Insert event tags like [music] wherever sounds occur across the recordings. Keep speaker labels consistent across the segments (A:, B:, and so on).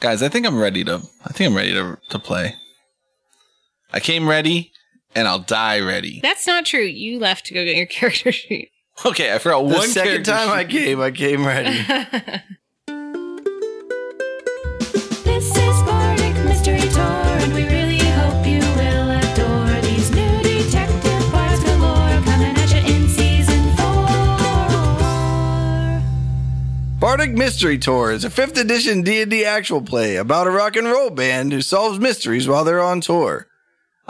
A: guys, I think I'm ready to. I think I'm ready to to play. I came ready, and I'll die ready.
B: That's not true. You left to go get your [laughs] character sheet.
A: Okay, I forgot
C: The
A: one
C: second
A: character
C: time
A: sheet.
C: I came, I came ready.
A: [laughs]
D: This is Bardic Mystery Tour, and we really hope you will adore these new detective parts galore coming at you in season four.
C: Bardic Mystery Tour is a fifth edition D&D actual play about a rock and roll band who solves mysteries while they're on tour.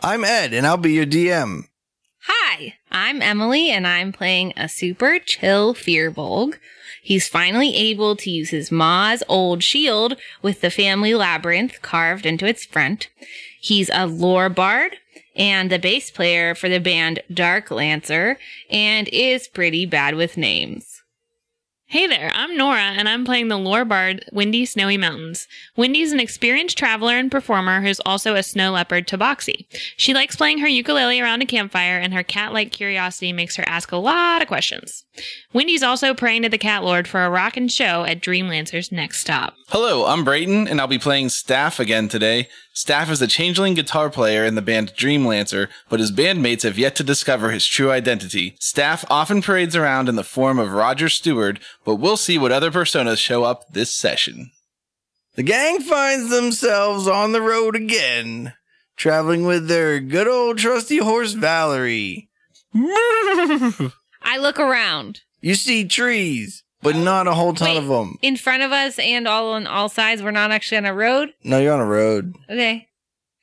C: I'm Ed, and I'll be your DM.
B: Hi, I'm Emily, and I'm playing a super chill Fearbolg. He's finally able to use his Ma's old shield with the family labyrinth carved into its front. He's a lore bard and the bass player for the band Dark Lancer and is pretty bad with names.
E: Hey there, I'm Nora, and I'm playing the lore bard Windy Snowy Mountains. Windy's an experienced traveler and performer who's also a snow leopard tabaxi. She likes playing her ukulele around a campfire, and her cat like curiosity makes her ask a lot of questions. Windy's also praying to the cat lord for a rockin' show at Dreamlancer's next stop.
A: Hello, I'm Brayton, and I'll be playing Staff again today. Staff is a changeling guitar player in the band Dreamlancer, but his bandmates have yet to discover his true identity. Staff often parades around in the form of Roger Stewart, but we'll see what other personas show up this session.
C: The gang finds themselves on the road again, traveling with their good old trusty horse Valerie.
B: I look around
C: You see trees, but not a whole ton of them.
B: in front of us and all on all sides. We're not actually on a road.
C: No, you're on a road.
B: Okay.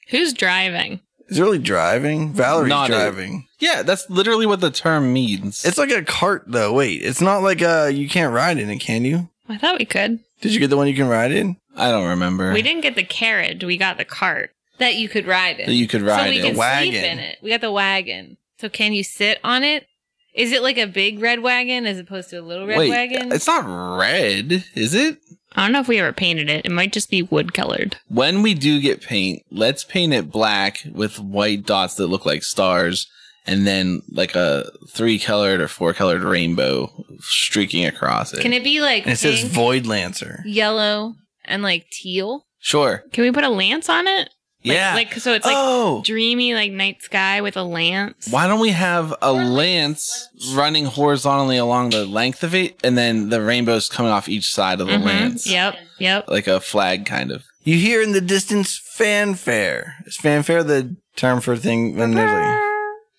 E: Who's driving?
C: Is it really driving? Valerie's
A: Not it.
C: driving.
A: Yeah, that's literally what the term means.
C: It's like a cart, though. Wait, it's not like uh you can't ride in it, can you?
E: I thought we could.
C: Did you get the one you can ride in?
A: I don't remember
E: We didn't get the carriage, we got the cart.
B: That you could ride in.
A: that you could
B: so
A: ride
B: we
A: it.
B: can sleep
C: wagon.
B: in it. We got the wagon. So can you sit on it? Is it like a big red wagon as opposed to a little red
A: Wait,
B: wagon?
A: it's not red, is it?
E: I don't know if we ever painted it, it might just be wood colored.
A: when we do get paint, let's paint it black with white dots that look like stars and then like a three colored or four colored rainbow streaking across it.
B: can it be like
C: And it says
B: pink,
C: Void Lancer.
B: yellow, and like teal?
A: sure.
E: Can we put a lance on it? Like-
A: yeah.
E: Like, so it's like
A: oh,
E: dreamy like night sky with a lance.
A: why don't we have a lance running horizontally along the length of it and then the rainbows coming off each side of the
B: Mm-hmm.
E: Mhm.
A: lance?
E: Yep. Yep.
A: Like a flag kind of.
C: You hear in the distance fanfare. Is fanfare the term for thing when there's like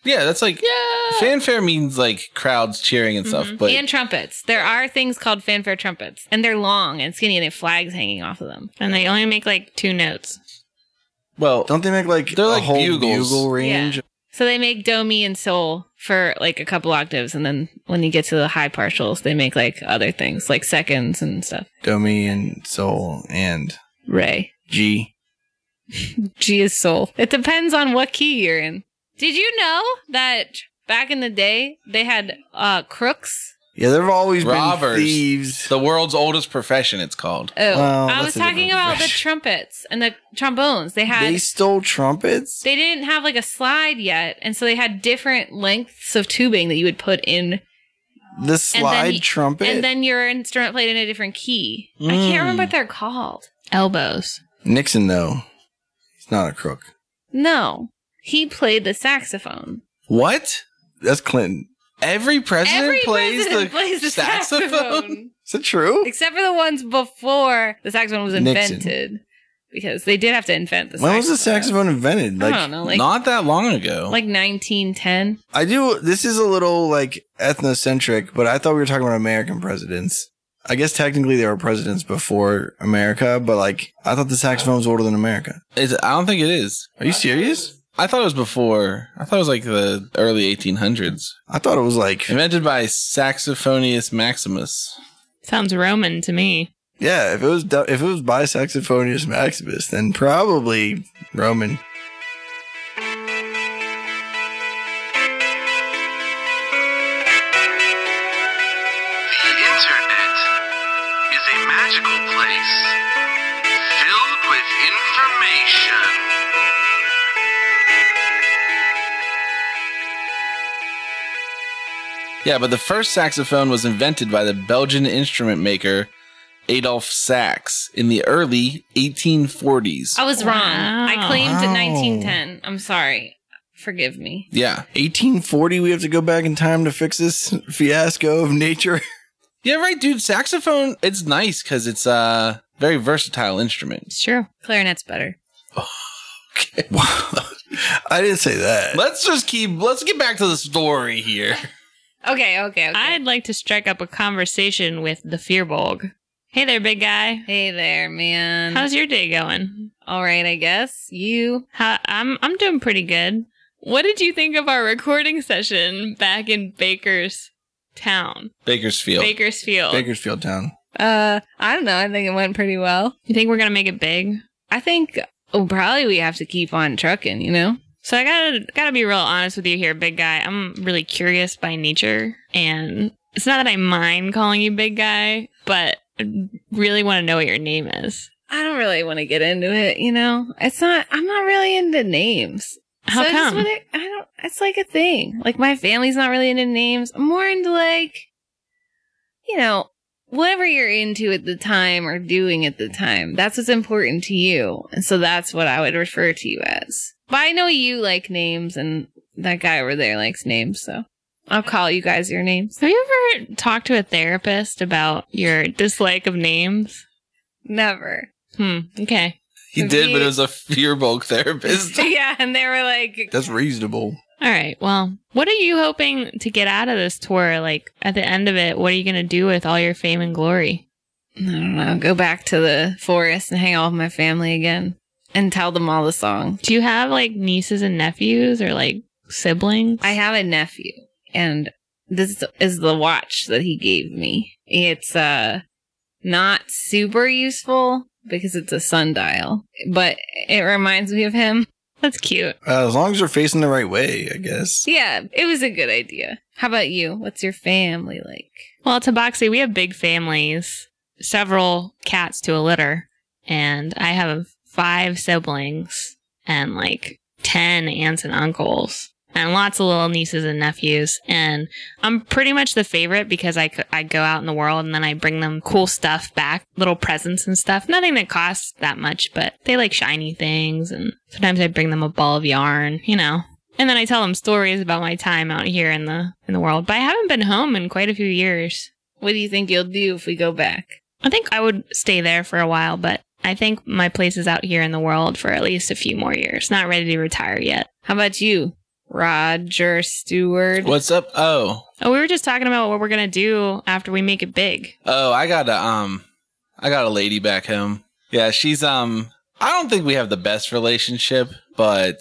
A: Yeah, that's like fanfare means like crowds cheering and stuff, but
B: and trumpets. There are things called fanfare trumpets, and they're long and skinny, and they have flags hanging off of them.
E: And they only make like two notes.
A: well,
C: don't they make like
A: They're
C: a
A: like
C: whole
A: bugles.
C: bugle range?
B: Yeah. So they make do, mi, and sol for like a couple octaves, and then when you get to the high partials, they make like other things like seconds and stuff.
C: Domi and Soul and
B: Ray.
C: G.
B: G is soul. It depends on what key you're in. Did you know that back in the day they had uh crooks?
C: Yeah, there have always
A: Robbers.
C: been thieves.
A: the world's oldest profession it's called.
B: Oh,
C: Well,
B: I
C: that's
B: was
C: a
B: talking
C: different
B: about the
C: question.
B: trumpets and the trombones. They had
C: They
B: they,
C: stole trumpets.
B: didn't have like a slide yet, and so they had different lengths of tubing that you would put in,
C: The slide
B: you-
C: trumpet.
B: and then your instrument played in a different key. I
A: Mm.
B: can't
C: Hmm.
B: remember what they're called.
E: Elbows.
C: Nixon though, he's not a crook.
B: No, he played the saxophone.
A: What?
C: That's Clinton.
A: Every president
B: Every
A: plays, the
B: president plays the
A: saxophone.
B: saxophone.
C: Is that true?
B: except for the ones before the saxophone was
C: Nixon.
B: invented, because they did have to invent the.
C: When was the saxophone invented?
B: I
C: Like
B: don't know, like
A: Not that long ago.
B: like 1910.
C: I do. This is a little like ethnocentric, but I thought we were talking about American presidents. I guess technically there were presidents before America, but like I thought the saxophone was older than America.
A: It's- I don't think it is.
C: Are you serious?
A: I thought it was before. I thought it was like the early 1800s.
C: I thought it was like
A: Invented by Saxophonius Maximus.
E: Sounds Roman to me.
C: yeah. If it was du- if it was by Saxophonius Maximus, then probably Roman.
F: The internet is a magical place filled with information.
A: Yeah, but the first saxophone was invented by the Belgian instrument maker Adolf Sachs in the early 1840s.
B: I was wrong. I
E: Wow.
B: claimed
C: Wow.
B: 1910. I'm sorry. Forgive me.
A: Yeah.
C: 1840, we have to go back in time to fix this fiasco of nature.
A: Yeah, right, dude. Saxophone, it's nice because it's a very versatile instrument.
E: It's true.
B: Clarinet's better.
C: wow. [laughs] I didn't say that.
A: Let's just keep, let's get back to the story here.
B: Okay, okay, okay.
E: I'd like to strike up a conversation with the Fearbolg. Hey there, big guy.
B: hey there, man.
E: How's your day going?
B: All right, I guess. You.
E: How, I'm I'm doing pretty good. What did you think of our recording session back in Baker's town,
A: Bakersfield.
E: Bakersfield?
C: Bakersfield Town.
B: Uh, I don't know. I think it went pretty well.
E: You think we're gonna make it big?
B: I think oh, probably we have to keep on trucking, you know?
E: So I gotta gotta be real honest with you here, big guy. I'm really curious by nature, and it's not that I mind calling you big guy, but I really want to know what your name is.
B: I don't really want to get into it, you know? It's not, I'm not really into names.
E: How
B: so I just
E: come?
B: wanna- I don't, it's like a thing. Like my family's not really into names. I'm more into like, you know, whatever you're into at the time or doing at the time. That's what's important to you. And so that's what I would refer to you as. But I know you like names and that guy over there likes names. So I'll call you guys your names.
E: Have you ever talked to a therapist about your dislike of names?
B: Never.
E: Hmm. Okay.
A: He did, but it was a fear bulk therapist.
B: [laughs] yeah. And they were like,
C: That's reasonable.
E: All right. Well, what are you hoping to get out of this tour? Like at the end of it, what are you going to do with all your fame and glory?
B: I don't know, go back to the forest and hang out with my family again and tell them all the songs.
E: Do you have like nieces and nephews or like siblings?
B: I have a nephew and this is the watch that he gave me. It's uh not super useful because it's a sundial, but it reminds me of him.
E: That's cute.
C: Uh, as long as you're facing the right way, I guess.
B: Yeah, it was a good idea. How about you? What's your family like?
E: Well, Tabaxi, we have big families, several cats to a litter, and I have five siblings and like 10 aunts and uncles and lots of little nieces and nephews. And I'm pretty much the favorite because I, c- I go out in the world and then I bring them cool stuff back, little presents and stuff. Nothing that costs that much, but they like shiny things. And sometimes I bring them a ball of yarn, you know. And then I tell them stories about my time out here in the in the world. But I haven't been home in quite a few years.
B: What do you think you'll do if we go back?
E: I think I would stay there for a while, but I think my place is out here in the world for at least a few more years. Not ready to retire yet.
B: How about you, Roger Stewart?
A: What's up? Oh,
E: Oh, we were just talking about what we're gonna do after we make it big.
A: Oh, I got a um, I got a lady back home. Yeah, she's um. I don't think we have the best relationship, but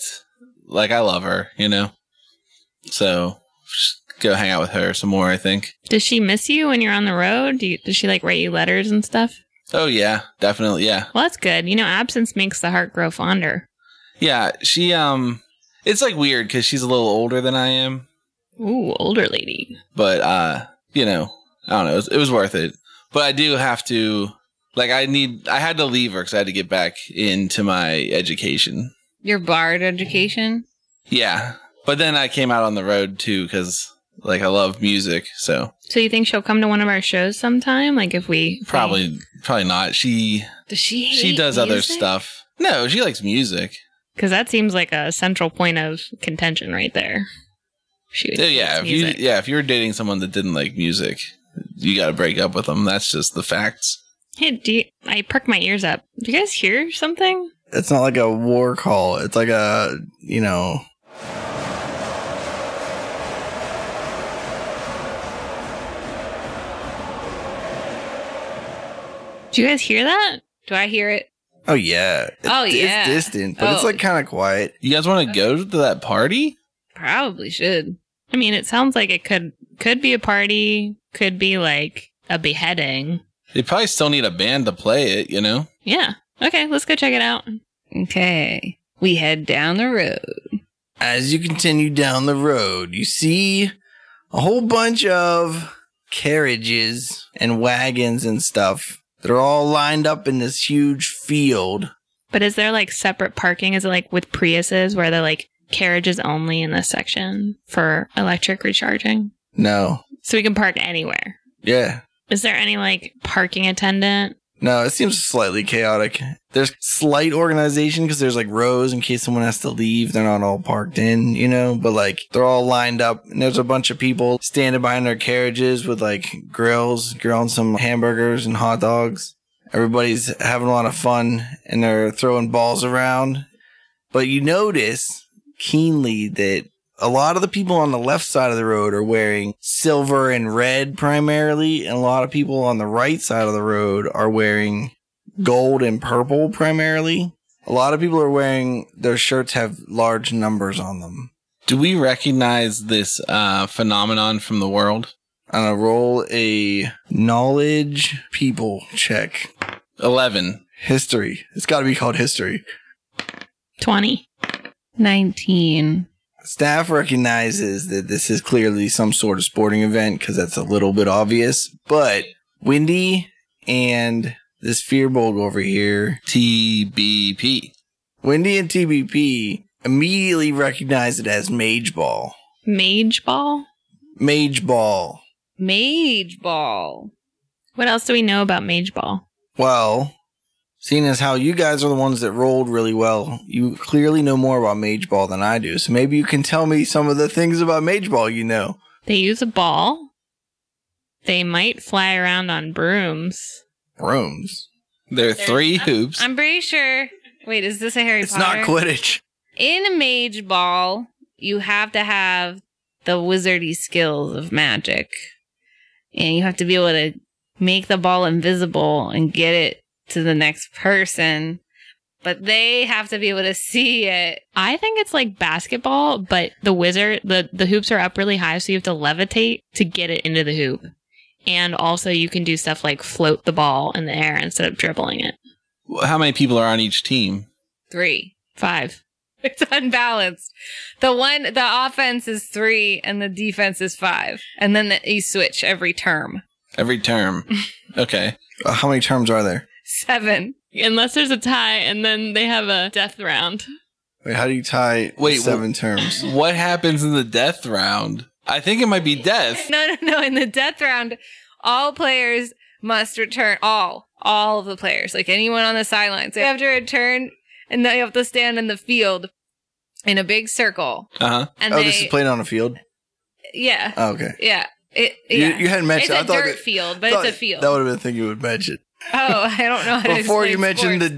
A: like I love her, you know. So just go hang out with her some more. I think.
E: Does she miss you when you're on the road? Do you, does she like write you letters and stuff?
A: Oh yeah, definitely. Yeah,
E: Well, that's good. You know, absence makes the heart grow fonder.
A: yeah. She um, it's like weird because she's a little older than I am,
E: Ooh, older lady.
A: but uh, you know, I don't know. It was, it was worth it, but I do have to. Like I need, I had to leave her because I had to get back into my education.
B: Your bard education?
A: Yeah, but then I came out on the road too because like I love music, so
E: So you think she'll come to one of our shows sometime? Like if we
A: probably probably not. She
B: Does she hate
A: she does other
B: music?
A: stuff. No, she likes music.
E: Because that seems like a central point of contention right there. She would
A: Yeah, yeah, if
E: hate
A: you
E: music.
A: yeah if you were dating someone that didn't like music, you got to break up with them. That's just the facts.
E: Hey, do you, I perk my ears up. Do you guys hear something?
C: It's not like a war call. It's like a, you know,
E: Do you guys hear that?
B: Do I hear it?
C: oh yeah. It-
B: Oh, yeah.
C: It's distant, but it's
B: Oh.
C: like kind of quiet.
A: You guys want to go to that party?
B: Probably should.
E: I mean, it sounds like it could could be a party, could be like a beheading.
A: They probably still need a band to play it. You know,
E: Yeah. Okay, let's go check it out.
B: Okay. We head down the road.
C: As you continue down the road, you see a whole bunch of carriages and wagons and stuff. They're all lined up in this huge field.
E: But is there like separate parking? Is it like with Priuses where they're like carriages only in this section for electric recharging?
C: No.
E: So we can park anywhere.
C: Yeah.
E: Is there any like parking attendant
C: No, it seems slightly chaotic. There's slight organization because there's like rows in case someone has to leave. They're not all parked in, you know, but like they're all lined up and there's a bunch of people standing behind their carriages with like grills, grilling some hamburgers and hot dogs. Everybody's having a lot of fun and they're throwing balls around. But you notice keenly that a lot of the people on the left side of the road are wearing silver and red primarily, and a lot of people on the right side of the road are wearing gold and purple primarily. A lot of people are wearing their shirts have large numbers on them.
A: Do we recognize this uh, phenomenon from the world?
C: I'm gonna roll a knowledge people check.
A: 11.
C: History. It's gotta be called history.
E: 20.
B: 19.
C: Staff recognizes that this is clearly some sort of sporting event because that's a little bit obvious, but Wendy and this fearbog over here,
A: TBP.
C: Wendy and TBP immediately recognize it as Mage Ball.
E: Mage ball?
C: Mage Ball.
B: Mage Ball.
E: What else do we know about Mage ball?
C: Well, seeing as how you guys are the ones that rolled really well, you clearly know more about Mage Ball than I do, so maybe you can tell me some of the things about Mage Ball you know.
E: They use a ball. They might fly around on brooms.
C: Rooms.
A: There are
B: There's-
A: three hoops.
B: I'm pretty sure. Wait, is this a Harry
C: It's
B: Potter?
C: not Quidditch.
B: In a Mage Ball, you have to have the wizardy skills of magic. And you have to be able to make the ball invisible and get it to the next person. But they have to be able to see it.
E: I think it's like basketball, but the wizard the the hoops are up really high, so you have to levitate to get it into the hoop. And also, you can do stuff like float the ball in the air instead of dribbling it.
A: How many people are on each team?
B: Three.
E: Five.
B: [laughs] It's unbalanced. The one, the offense is three and the defense is five. And then you switch every term.
A: Every
B: [laughs]
A: term. Okay.
C: Uh, how many terms are there?
B: Seven.
E: Unless there's a tie, and then they have a death round.
C: Wait, how do you tie
A: Wait,
C: seven terms?
A: What happens in the death round? I think it might be death.
B: [laughs] No, no, no. In the death round, all players must return all, all of the players, like anyone on the sidelines. They have to return and they have to stand in the field in a big circle.
A: Uh huh.
B: And
C: Oh,
B: they,
C: this is played on a field.
B: yeah,
C: Oh, okay.
B: yeah. It,
C: You-
B: yeah.
C: you hadn't mentioned-
B: It's a
C: I thought
B: dirt
C: it-
B: field, but
C: Thought
B: it's a field.
C: That would have been the thing you
B: [laughs]
C: would mention
B: oh, I don't know how to
C: before you
B: explain
C: mentioned
B: sports.
C: the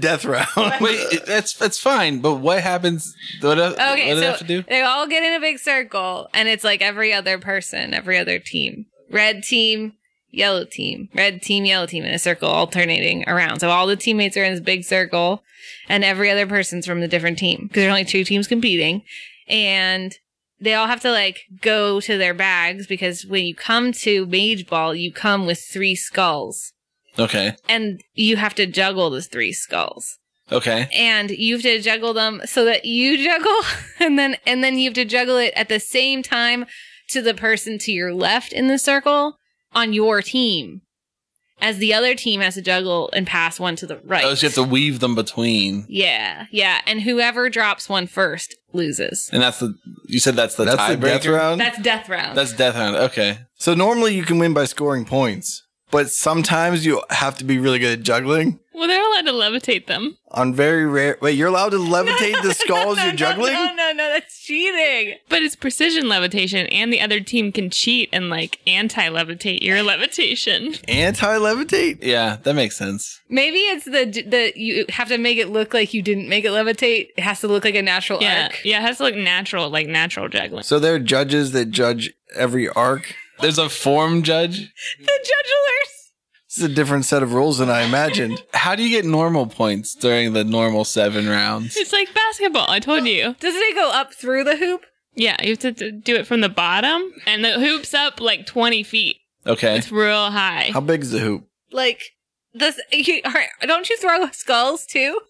B: [laughs]
C: death round.
A: Wait, it- that's that's fine. But what happens? What, do-
B: Okay,
A: what do they have
B: so
A: to do?
B: they all get in a big circle, and it's like every other person, every other team. Red team, yellow team, red team, yellow team in a circle alternating around. So all the teammates are in this big circle, and every other person's from the different team because there's only two teams competing. And they all have to like go to their bags because when you come to Mage Ball, you come with three skulls,
A: Okay.
B: and you have to juggle the three skulls
A: Okay.
B: and you have to juggle them so that you juggle [laughs] and then and then you have to juggle it at the same time to the person to your left in the circle on your team as the other team has to juggle and pass one to the right
A: Oh, so you have to weave them between,
B: yeah yeah and whoever drops one first loses
A: and that's the. You said that's the
C: That's the death
A: tiebreaker.
C: round.
B: that's death round
A: That's death round. Okay.
C: so normally you can win by scoring points, but sometimes you have to be really good at juggling.
E: Well, they're allowed to levitate them.
C: On very rare. Wait, you're allowed to levitate the skulls
B: No, [laughs]
C: you're
B: no,
C: juggling.
B: no no no that's cheating
E: But it's precision levitation, and the other team can cheat and like anti levitate your levitation.
C: Anti levitate.
A: Yeah, that makes sense.
B: maybe it's the the you have to make it look like you didn't make it levitate it has to look like a natural
E: Yeah.
B: arc
E: Yeah, it has to look natural, like natural juggling.
C: So there are judges that judge every arc.
A: There's a form judge.
B: the jugglers
C: This is a different set of rules than I imagined.
A: How do you get normal points during the normal seven
E: [laughs]
A: rounds?
E: It's like basketball, I told you.
B: doesn't it go up through the hoop
E: Yeah, you have to d- do it from the bottom, and the hoop's up like 20 feet.
A: Okay.
E: It's real high.
C: How big is the hoop?
B: like this you, all right, don't you throw skulls too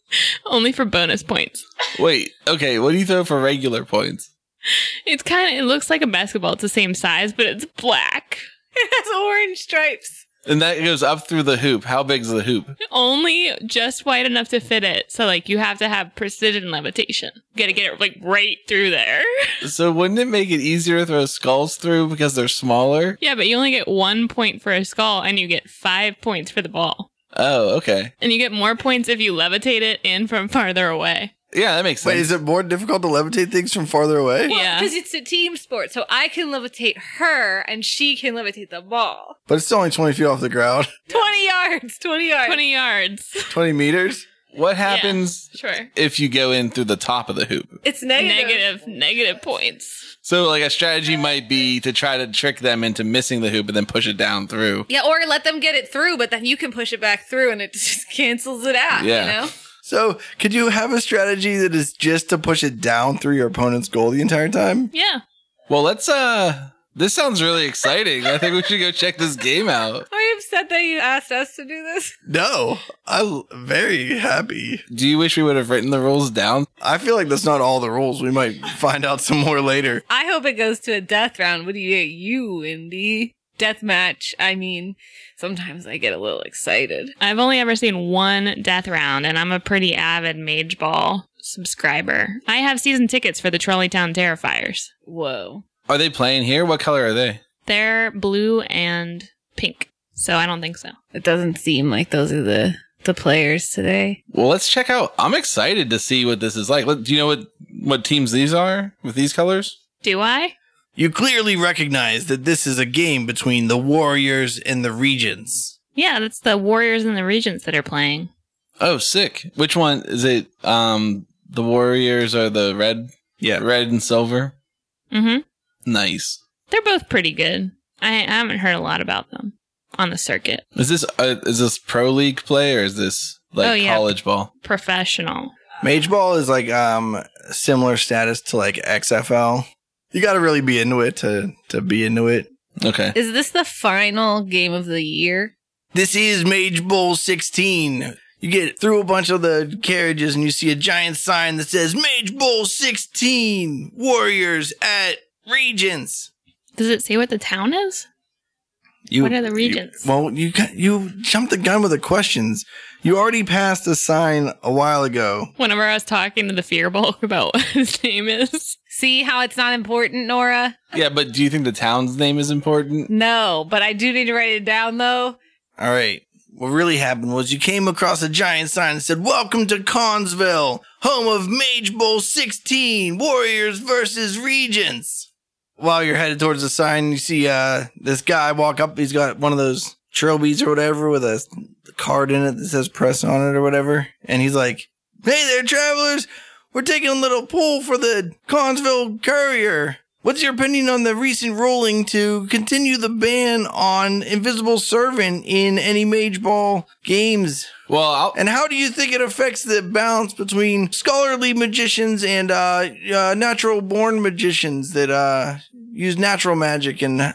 E: Only for bonus points.
A: Wait. Okay. What do you throw for regular points?
E: It's kind of, it looks like a basketball. It's the same size, but it's black.
B: it has orange stripes
A: And that goes up through the hoop. How big's the hoop?
E: Only just wide enough to fit it. So, like, you have to have precision levitation. You gotta get it, like, right through there.
A: So wouldn't it make it easier to throw skulls through because they're smaller?
E: yeah, but you only get one point for a skull, and you get five points for the ball.
A: Oh, okay.
E: And you get more points if you levitate it in from farther away.
A: Yeah, that makes sense.
C: Wait, is it more difficult to levitate things from farther away?
E: yeah.
B: Because it's a team sport, so I can levitate her and she can levitate the ball.
C: But it's still only 20 feet off the ground. [laughs]
B: 20 yards, 20 yards.
E: 20 yards.
C: 20 meters?
A: what happens
E: Sure.
A: if you go in through the top of the hoop?
B: It's negative.
E: Negative, negative points.
A: So, like, a strategy might be to try to trick them into missing the hoop and then push it down through.
B: Yeah, or let them get it through, but then you can push it back through and it [laughs] just cancels it out,
A: Yeah.
B: you know?
C: So, could you have a strategy that is just to push it down through your opponent's goal the entire time?
E: Yeah.
A: Well, let's, uh, this sounds really exciting. I think we should go check this game out.
B: Are you upset that you asked us to do this?
C: No, I'm very happy.
A: Do you wish we would have written the rules down?
C: I feel like that's not all the rules. We might find out some more later.
B: I hope it goes to a death round. What do you you, Indy? Death match. I mean, sometimes I get a little excited.
E: I've only ever seen one death round, and I'm a pretty avid Mage Ball subscriber. I have season tickets for the Trolleytown Terrifiers.
B: Whoa.
A: Are they playing here? What color are they?
E: They're blue and pink, so I don't think so.
B: It doesn't seem like those are the the players today.
A: Well, let's check out. I'm excited to see what this is like. Let- Do you know what, what teams these are with these colors?
E: Do I?
C: You clearly recognize that this is a game between the warriors and the regents.
E: Yeah, that's the Warriors and the Regents that are playing.
A: Oh, sick. Which one is it? Um, the Warriors are the red,
C: Yeah.
A: red and silver.
E: Mm-hmm.
A: Nice.
E: They're both pretty good. I, I haven't heard a lot about them on the circuit.
A: Is this uh, is this pro league play or is this like
E: Oh, yeah.
A: college ball?
E: Professional.
C: Mage Ball is like um similar status to like XFL. You got to really be into it to to be into it.
A: Okay.
B: Is this the final game of the year?
C: This is Mage Bowl 16. You get through a bunch of the carriages and you see a giant sign that says Mage Bowl 16 Warriors at Regents.
E: Does it say what the town is?
C: You,
E: What are the
C: you-
E: regents?
C: well, you got- you jumped the gun with the questions. You already passed the sign a while ago.
E: Whenever I was talking to the fear bulk [laughs] about what his name is.
B: See how it's not important, Nora?
A: Yeah, but do you think the town's name is important?
B: No, but I do need to write it down though.
C: All right. What really happened was you came across a giant sign that said, Welcome to Consville, home of Mage Bowl 16, Warriors versus Regents. While you're headed towards the sign, you see uh, this guy walk up. He's got one of those trilbies or whatever with a card in it that says press on it or whatever. And he's like, Hey there, travelers. We're taking a little poll for the Consville Courier. What's your opinion on the recent ruling to continue the ban on Invisible Servant in any Mage Ball games?
A: Well, I'll,
C: And how do you think it affects the balance between scholarly magicians and uh, uh, natural born magicians that uh, use natural magic and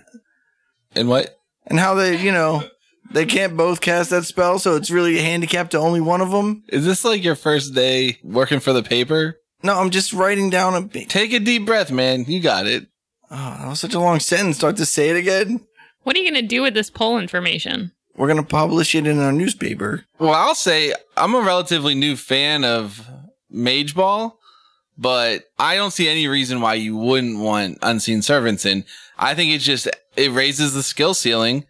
A: and what?
C: and how they, you know, they can't both cast that spell, so it's really handicapped to only one of them?
A: Is this like your first day working for the paper?
C: No, I'm just writing down a big.
A: Take a deep breath, man. You got it.
C: Oh, that was such a long sentence. Do I have to say it again?
E: What are you going to do with this poll information?
C: We're going to publish it in our newspaper.
A: Well, I'll say I'm a relatively new fan of Mage Ball, but I don't see any reason why you wouldn't want Unseen Servants in. I think it's just, it raises the skill ceiling.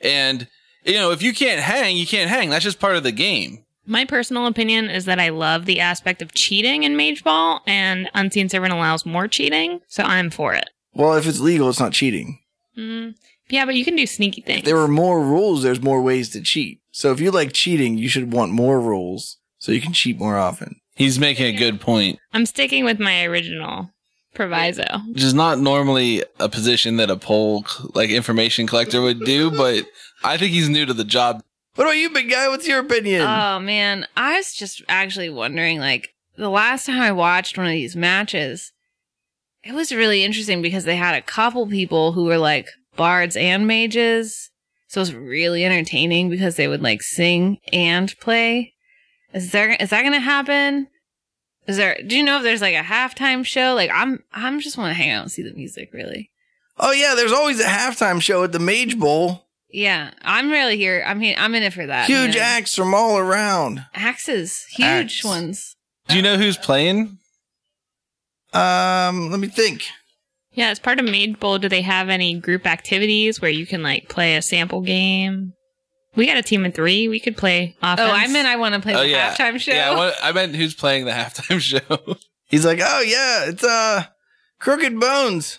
A: And, you know, if you can't hang, you can't hang. That's just part of the game.
E: My personal opinion is that I love the aspect of cheating in Mage Ball, and Unseen Servant allows more cheating, so I'm for it.
C: Well, if it's legal, it's not cheating.
E: Mm. Yeah, but you can do sneaky things.
C: There are more rules, there's more ways to cheat. So if you like cheating, you should want more rules so you can cheat more often.
A: He's making a good point,
E: I'm sticking with my original proviso.
A: which is not normally a position that a poll, like information collector would do, but I think he's new to the job.
C: What about you, big guy? What's your opinion?
B: Oh man, I was just actually wondering like the last time I watched one of these matches, it was really interesting because they had a couple people who were like bards and mages. So it was really entertaining because they would like sing and play. Is there is that going to happen? Is there do you know if there's like a halftime show? Like I'm I'm just want to hang out and see the music really.
C: oh, yeah, there's always a halftime show at the Mage Bowl.
B: Yeah, I'm really here. I'm here. I'm in it for that. you
C: Huge
B: know.
C: acts from all around.
B: Axes, huge
C: Axe.
B: ones.
A: Do you know who's playing?
C: Um, let me think.
E: Yeah, as part of Mage Bowl, do they have any group activities where you can like play a sample game? We got a team of three. We could play offense.
B: Oh, I meant I want to play
A: Oh,
B: the
A: yeah.
B: halftime show.
A: Yeah, what, I meant who's playing the halftime [laughs] show.
C: He's like, oh yeah, it's uh, Crooked Bones.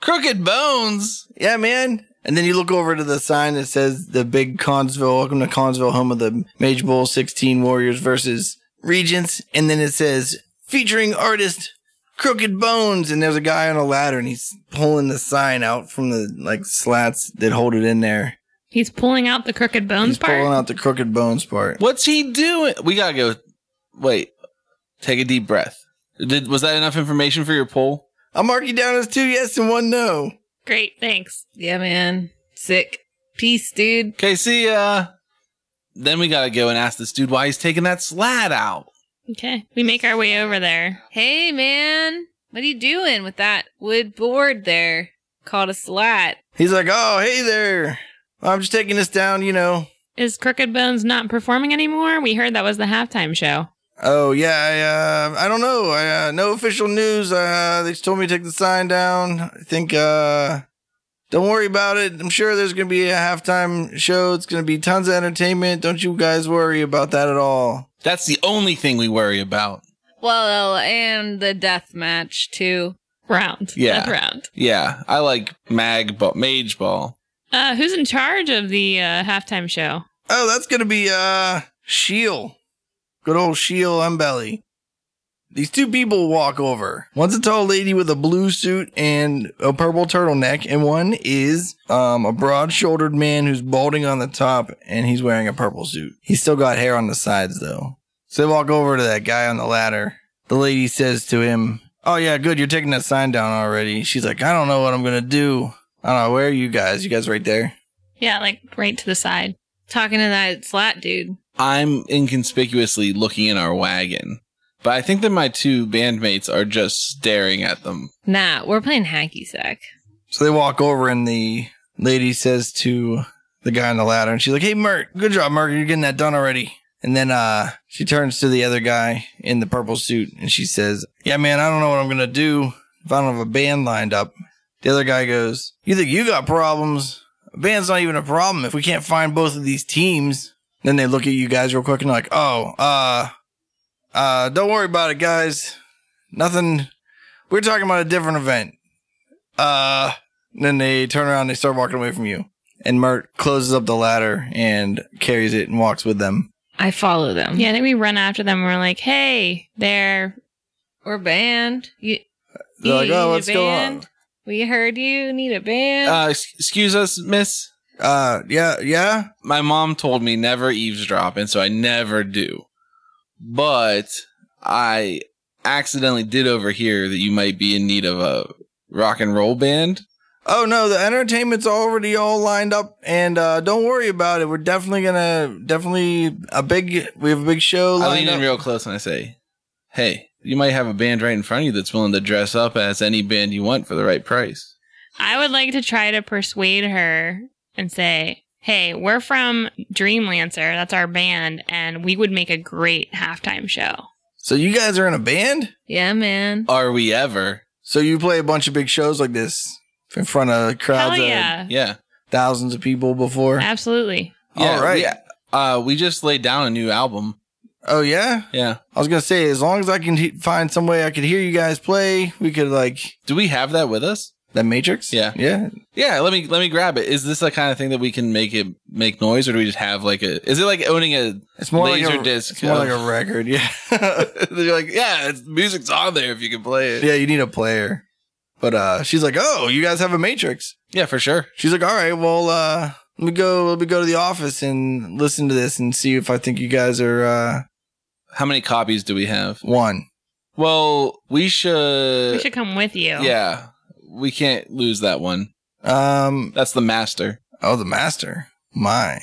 A: Crooked Bones.
C: Yeah, man. And then you look over to the sign that says the big Consville, welcome to Consville, home of the Mage Bowl 16 Warriors versus Regents. And then it says featuring artist Crooked Bones. And there's a guy on a ladder and he's pulling the sign out from the like slats that hold it in there.
E: He's pulling out the crooked bones
C: he's pulling
E: part.
C: out the Crooked Bones part.
A: What's he doing? We gotta go. Wait, take a deep breath. Did was that enough information for your poll?
C: I'll mark you down as two yes and one no.
E: Great, thanks.
B: Yeah, man. Sick. Peace, dude.
A: Okay, see ya. Then we gotta go and ask this dude why he's taking that slat out.
E: Okay, we make our way over there.
B: Hey, man. What are you doing with that wood board there? Called a slat.
C: He's like, oh, hey there. I'm just taking this down, you know.
E: Is Crooked Bones not performing anymore? We heard that was the halftime show.
C: Oh yeah, I, uh, I don't know. I, uh, no official news. Uh, they just told me to take the sign down. I think. Uh, don't worry about it. I'm sure there's gonna be a halftime show. It's gonna be tons of entertainment. Don't you guys worry about that at all.
A: That's the only thing we worry about.
B: Well, and the death match, too.
E: Round.
A: Yeah.
E: Death round.
A: Yeah, I like mag ball, mage ball.
E: Uh, who's in charge of the uh, halftime show?
C: Oh, that's gonna be uh Sheil, good old Sheil Umbelly. These two people walk over. One's a tall lady with a blue suit and a purple turtleneck, and one is um, a broad-shouldered man who's balding on the top, and he's wearing a purple suit. He's still got hair on the sides, though. So they walk over to that guy on the ladder. The lady says to him, "Oh yeah, good. You're taking that sign down already." She's like, "I don't know what I'm gonna do. I don't know. Where are you guys? You guys right there?"
E: Yeah, like right to the side.
B: Talking to that slat dude.
A: I'm inconspicuously looking in our wagon, but I think that my two bandmates are just staring at them.
B: Nah, we're playing hacky sack.
C: So they walk over, and the lady says to the guy on the ladder, and she's like, "Hey, Mert, good job, Mert. You're getting that done already." And then uh, she turns to the other guy in the purple suit, and she says, "Yeah, man, I don't know what I'm gonna do if I don't have a band lined up." The other guy goes, "You think you got problems? A band's not even a problem if we can't find both of these teams." Then they look at you guys real quick and like, "Oh, uh, uh, don't worry about it, guys. Nothing. We're talking about a different event." Uh, and then they turn around and they start walking away from you. And Mert closes up the ladder and carries it and walks with them.
B: I follow them.
E: Yeah, I think we run after them. And we're like, hey, they're
B: We're banned. You,
C: They're like,
B: you
C: oh,
B: need a
C: what's going on?
B: band? We heard you need a band.
A: Uh, ex- excuse us, miss.
C: Uh, yeah, yeah.
A: my mom told me never eavesdrop, and so I never do. But I accidentally did overhear that you might be in need of a rock and roll band.
C: Oh no, the entertainment's already all lined up, and uh, don't worry about it. We're definitely gonna, definitely a big. We have a big show
A: I
C: lined
A: lean in
C: up.
A: real close and I say, "Hey, you might have a band right in front of you that's willing to dress up as any band you want for the right price."
E: I would like to try to persuade her and say, hey, we're from Dreamlancer. That's our band. And we would make a great halftime show.
C: so you guys are in a band.
B: yeah, man.
A: Are we ever?
C: So you play a bunch of big shows like this in front of crowds
E: Hell
C: of
E: yeah. Uh,
A: Yeah,
C: thousands of people before.
E: Absolutely.
A: yeah.
C: all right.
A: We, uh, we just laid down a new album.
C: Oh yeah.
A: Yeah.
C: I was gonna say, as long as I can he- find some way I could hear you guys play, we could like
A: Do we have that with us?
C: that Matrix.
A: Yeah.
C: yeah.
A: Yeah, let me let me grab it. Is this the kind of thing that we can make it make noise, or do we just have like a? Is it like owning a?
C: It's more like a,
A: Laserdisc
C: It's more like
A: of-
C: a record. Yeah, [laughs]
A: [laughs] They're like, yeah, it's, music's on there if you can play it.
C: yeah. You need a player. But uh, she's like, oh, you guys have a Matrix.
A: Yeah, for sure.
C: She's like, all right, well, uh, let me go. Let me go to the office and listen to this and see if I think you guys are uh
A: How many copies do we have?
C: one.
A: Well, we should.
E: we should come with you.
A: Yeah, we can't lose that one.
C: Um,
A: That's the master.
C: oh, the master. My.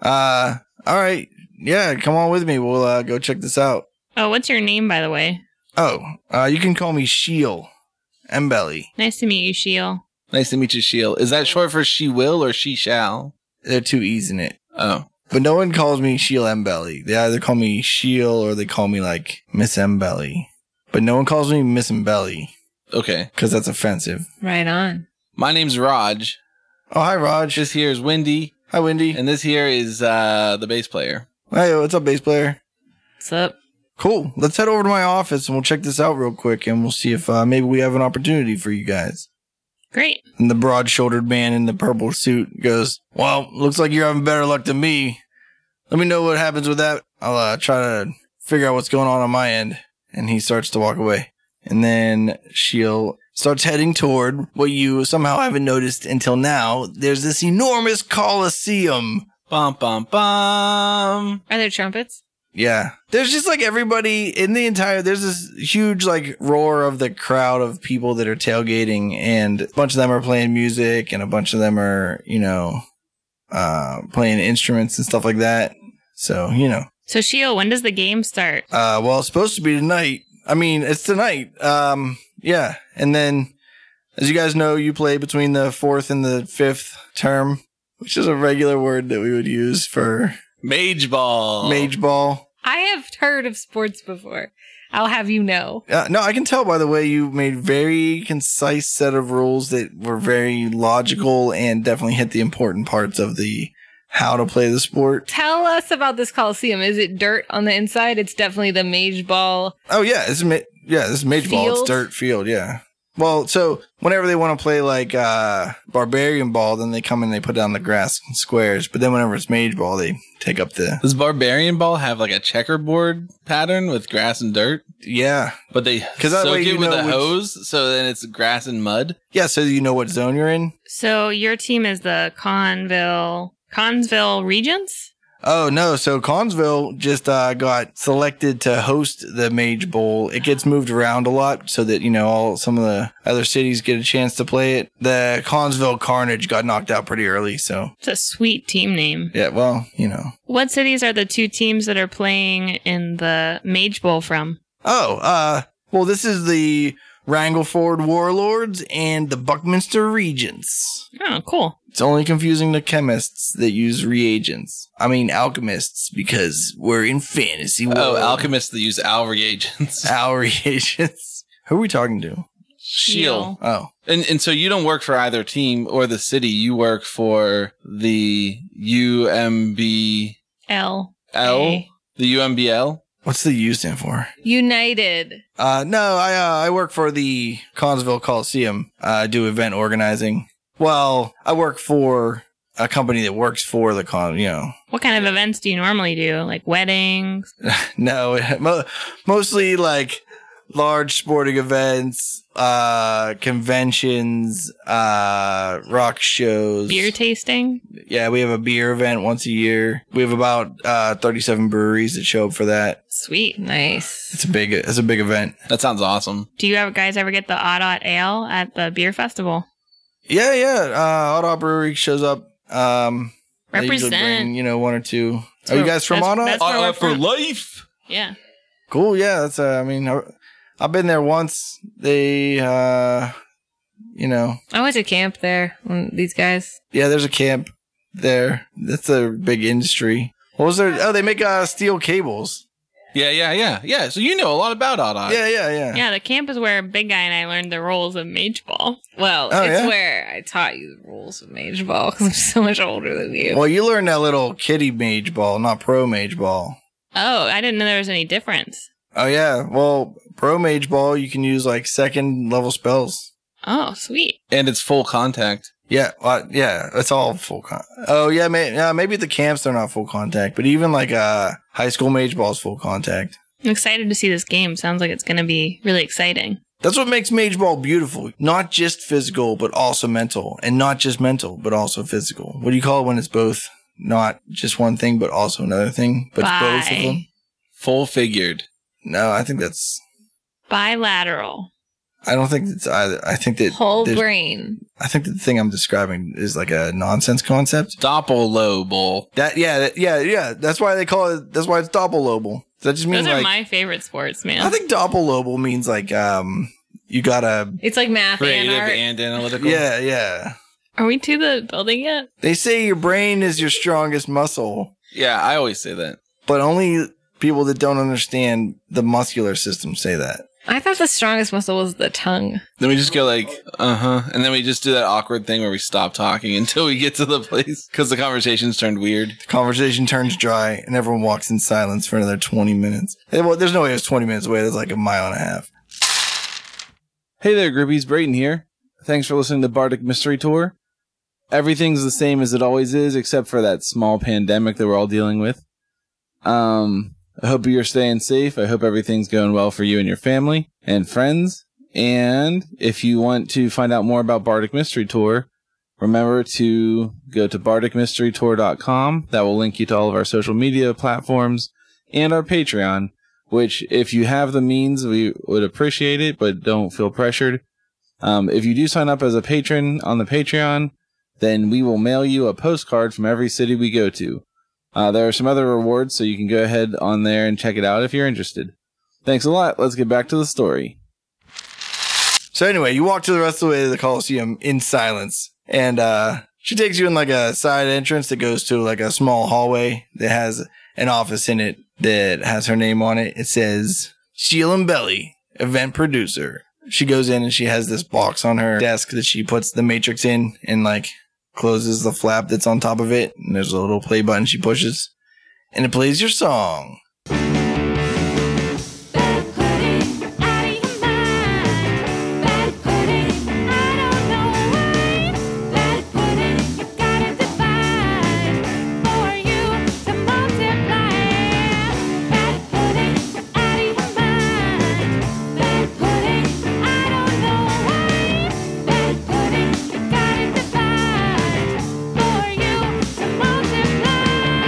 C: Uh, all right. Yeah, come on with me. We'll uh, go check this out.
E: Oh, what's your name, by the way?
C: Oh, uh, you can call me Sheil Embelly.
E: Nice to meet you, Sheil.
A: Nice to meet you, Sheil. Is that short for she will or she shall?
C: There are two E's in it.
A: Oh,
C: But no one calls me Sheil M. Belly. They either call me Sheil or they call me like Miss M. Belly. But no one calls me Miss M. Belly
A: okay.
C: because that's offensive.
B: Right on.
A: My name's Raj.
C: Oh, hi, Raj.
A: This here is Wendy.
C: Hi, Wendy.
A: And this here is uh, the bass player.
C: Hey, what's up, bass player?
G: What's up?
C: Cool. Let's head over to my office and we'll check this out real quick and we'll see if uh, maybe we have an opportunity for you guys.
E: Great.
C: And the broad shouldered man in the purple suit goes, Well, looks like you're having better luck than me. Let me know what happens with that. I'll uh, try to figure out what's going on on my end. And he starts to walk away. And then she'll starts heading toward what you somehow haven't noticed until now. There's this enormous coliseum.
A: Bum bum bum.
G: Are there trumpets?
C: Yeah. There's just like everybody in the entire there's this huge like roar of the crowd of people that are tailgating and a bunch of them are playing music and a bunch of them are, you know, uh playing instruments and stuff like that. So, you know.
E: So, Shio, when does the game start?
C: Uh well, it's supposed to be tonight. I mean, it's tonight. Um yeah. And then as you guys know, you play between the 4th and the 5th term, which is a regular word that we would use for
A: Mage Ball.
C: mage ball.
G: I have heard of sports before. I'll have you know.
C: Uh, no, I can tell by the way you made very concise set of rules that were very logical and definitely hit the important parts of the how to play the sport.
G: Tell us about this coliseum. Is it dirt on the inside? It's definitely the mage ball.
C: Oh yeah, this is ma- yeah, this is mage ball. It's
G: Field?
C: dirt field. Yeah. Well, so whenever they want to play like uh, barbarian ball, then they come and they put down the grass and squares. But then whenever it's mage ball, they take up the
A: Does Barbarian Ball have like a checkerboard pattern with grass and dirt?
C: yeah,
A: But they
C: 'Cause that
A: soak
C: way
A: it
C: you
A: with
C: know
A: a
C: which-
A: hose, so then it's grass and mud.
C: yeah. So you know what zone you're in.
E: So, your team is the Conville, Consville Regents?
C: Oh no! So Consville just uh, got selected to host the Mage Bowl. It gets moved around a lot so that you know all some of the other cities get a chance to play it. The Consville Carnage got knocked out pretty early, so
E: It's a sweet team name.
C: yeah. Well, you know.
E: What cities are the two teams that are playing in the Mage Bowl from?
C: Oh, uh, well, this is the Wrangleford Warlords and the Buckminster Regents.
E: Oh, cool.
C: It's only confusing to chemists that use reagents. I mean alchemists because we're in fantasy.
A: Oh,
C: world.
A: alchemists that use al reagents.
C: Our [laughs] reagents. Who are we talking to?
A: [laughs] Shield.
C: Oh.
A: And and so you don't work for either team or the city. You work for the UMBL,
E: L. A.
A: the UMBL.
C: What's the U stand for?
G: United.
C: Uh, no, I uh, I work for the Consville Coliseum. Uh, I do event organizing. Well, I work for a company that works for the con. You know,
E: What kind of events do you normally do? Like weddings?
C: no, [laughs] mo- mostly like large sporting events, uh, conventions, uh, rock shows.
E: Beer tasting?
C: yeah, we have a beer event once a year. We have about uh, thirty-seven breweries that show up for that.
E: Sweet.
G: Nice.
C: It's a big. It's a big event.
A: That sounds awesome.
E: Do you ever guys ever get the Oddot Ale at the beer festival?
C: Yeah, yeah. Uh, Ottawa Brewery shows up. Um, they usually
E: Represent.
C: bring, you know, one or two. Are you guys from
E: that's-
C: Ottawa?
E: that's- where
A: Ottawa
E: we're
A: for
E: from.
A: life.
E: Yeah.
C: cool. Yeah, that's. Uh, I mean, I, I've been there once. They, uh, you know,
G: I went to camp there. when These guys.
C: yeah. There's a camp there. That's a big industry. What was there? Oh, they make uh, steel cables.
A: Yeah, yeah, yeah, yeah. So you know a lot about Ottawa.
C: yeah, yeah, yeah,
E: [laughs] Yeah, the camp is where Big Guy and I learned the rules of Mage Ball.
G: Well,
C: Oh,
G: it's
C: yeah?
G: where I taught you the rules of mage ball because I'm so much older than you.
C: Well, you learned that little kitty mage ball, not pro mage ball.
E: Oh, I didn't know there was any difference.
C: Oh yeah. Well, pro mage ball, you can use like second level spells.
E: Oh, sweet.
A: And it's full contact.
C: Yeah, well, yeah, it's all full con. Oh yeah, may- uh, maybe at the camps they're not full contact, but even like uh, high school mage ball is full contact.
E: I'm excited to see this game. Sounds like it's going to be really exciting.
C: That's what makes mage ball beautiful. Not just physical, but also mental, and not just mental, but also physical. What do you call it when it's both? Not just one thing, but also another thing, but it's both of them.
E: Bi-
A: Full figured.
C: No, I think that's.
E: bilateral.
C: I don't think it's either. I think that
G: Whole
C: there's-
G: brain.
C: I think that the thing I'm describing is like a nonsense concept.
A: Doppel low bowl.
C: That yeah, that, yeah, yeah. That's why they call it. That's why it's doppellobel. That just means
E: Those are
C: like
E: my favorite sports, man.
C: I think doppellobel means like um you gotta
G: It's like math
A: Creative
G: and art.
A: and analytical.
C: yeah yeah.
E: Are we to the building yet?
C: They say your brain is your strongest muscle,
A: Yeah, I always say that.
C: but only people that don't understand the muscular system say that.
B: I thought the strongest muscle was the tongue.
A: Then we just go like, uh huh, and then we just do that awkward thing where we stop talking [laughs] until we get to the place because the conversation's turned weird.
C: The conversation turns dry and everyone walks in silence for another 20 minutes. Eh, Well, there's no way it was 20 minutes away. That's like a mile and a half.
A: Hey there, groupies. Brayton here. Thanks for listening to Bardic Mystery Tour. Everything's the same as it always is, except for that small pandemic that we're all dealing with. Um, I hope you're staying safe. I hope everything's going well for you and your family and friends. And if you want to find out more about Bardic Mystery Tour, remember to go to bardicmysterytour.com. That will link you to all of our social media platforms and our Patreon which if you have the means, we would appreciate it, but don't feel pressured. Um, if you do sign up as a patron on the Patreon, then we will mail you a postcard from every city we go to. Uh, there are some other rewards, so you can go ahead on there and check it out if you're interested. Thanks a lot. Let's get back to the story.
C: So anyway, you walk to the rest of the way to the Coliseum in silence, and uh, she takes you in like a side entrance that goes to like a small hallway that has an office in it that has her name on it. It says Steel and Belly, event producer. She goes in and she has this box on her desk that she puts the matrix in and like closes the flap that's on top of it, and there's a little play button she pushes, and it plays your song.
D: Bad pudding, out of your mind. Bad pudding, I don't know why. Bad pudding, you gotta divide for you to multiply. Bad pudding, out of your mind. Bad pudding, I don't know why. Bad pudding, you gotta divide for you to multiply.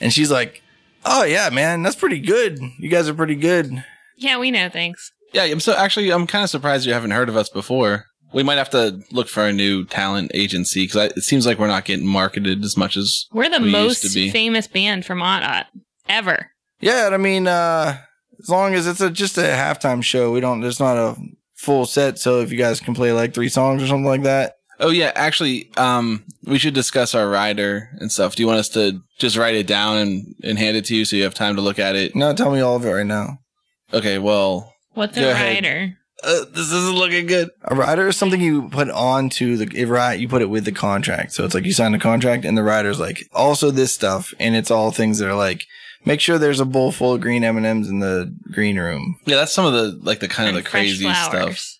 C: And she's like, "Oh yeah, man, that's pretty good. You guys are pretty good."
E: Yeah, we know. Thanks.
A: Yeah, I'm so actually I'm kind of surprised you haven't heard of us before. We might have to look for a new talent agency because it seems like we're not getting marketed as much as
E: We're the
A: We used
E: most
A: to be.
E: famous band from Ott ever.
C: Yeah, and I mean, uh, as long as it's a, just a halftime show, we don't. There's not a full set, so if you guys can play like three songs or something like that,
A: Oh yeah, actually, um, we should discuss our rider and stuff. Do you want us to just write it down and, and hand it to you so you have time to look at it?
C: no, tell me all of it right now.
A: Okay, well,
E: What's
A: Go
E: a
A: ahead.
E: rider?
A: uh, this isn't looking good.
C: A rider is something you put on to the it, right. You put it with the contract, so it's like you sign the contract, and the rider's like also this stuff, and it's all things that are like. Make sure there's a bowl full of green M and M's in the green room.
A: Yeah, that's some of the like the kind of
E: And
A: the
E: fresh
A: crazy
E: flowers.
A: stuff.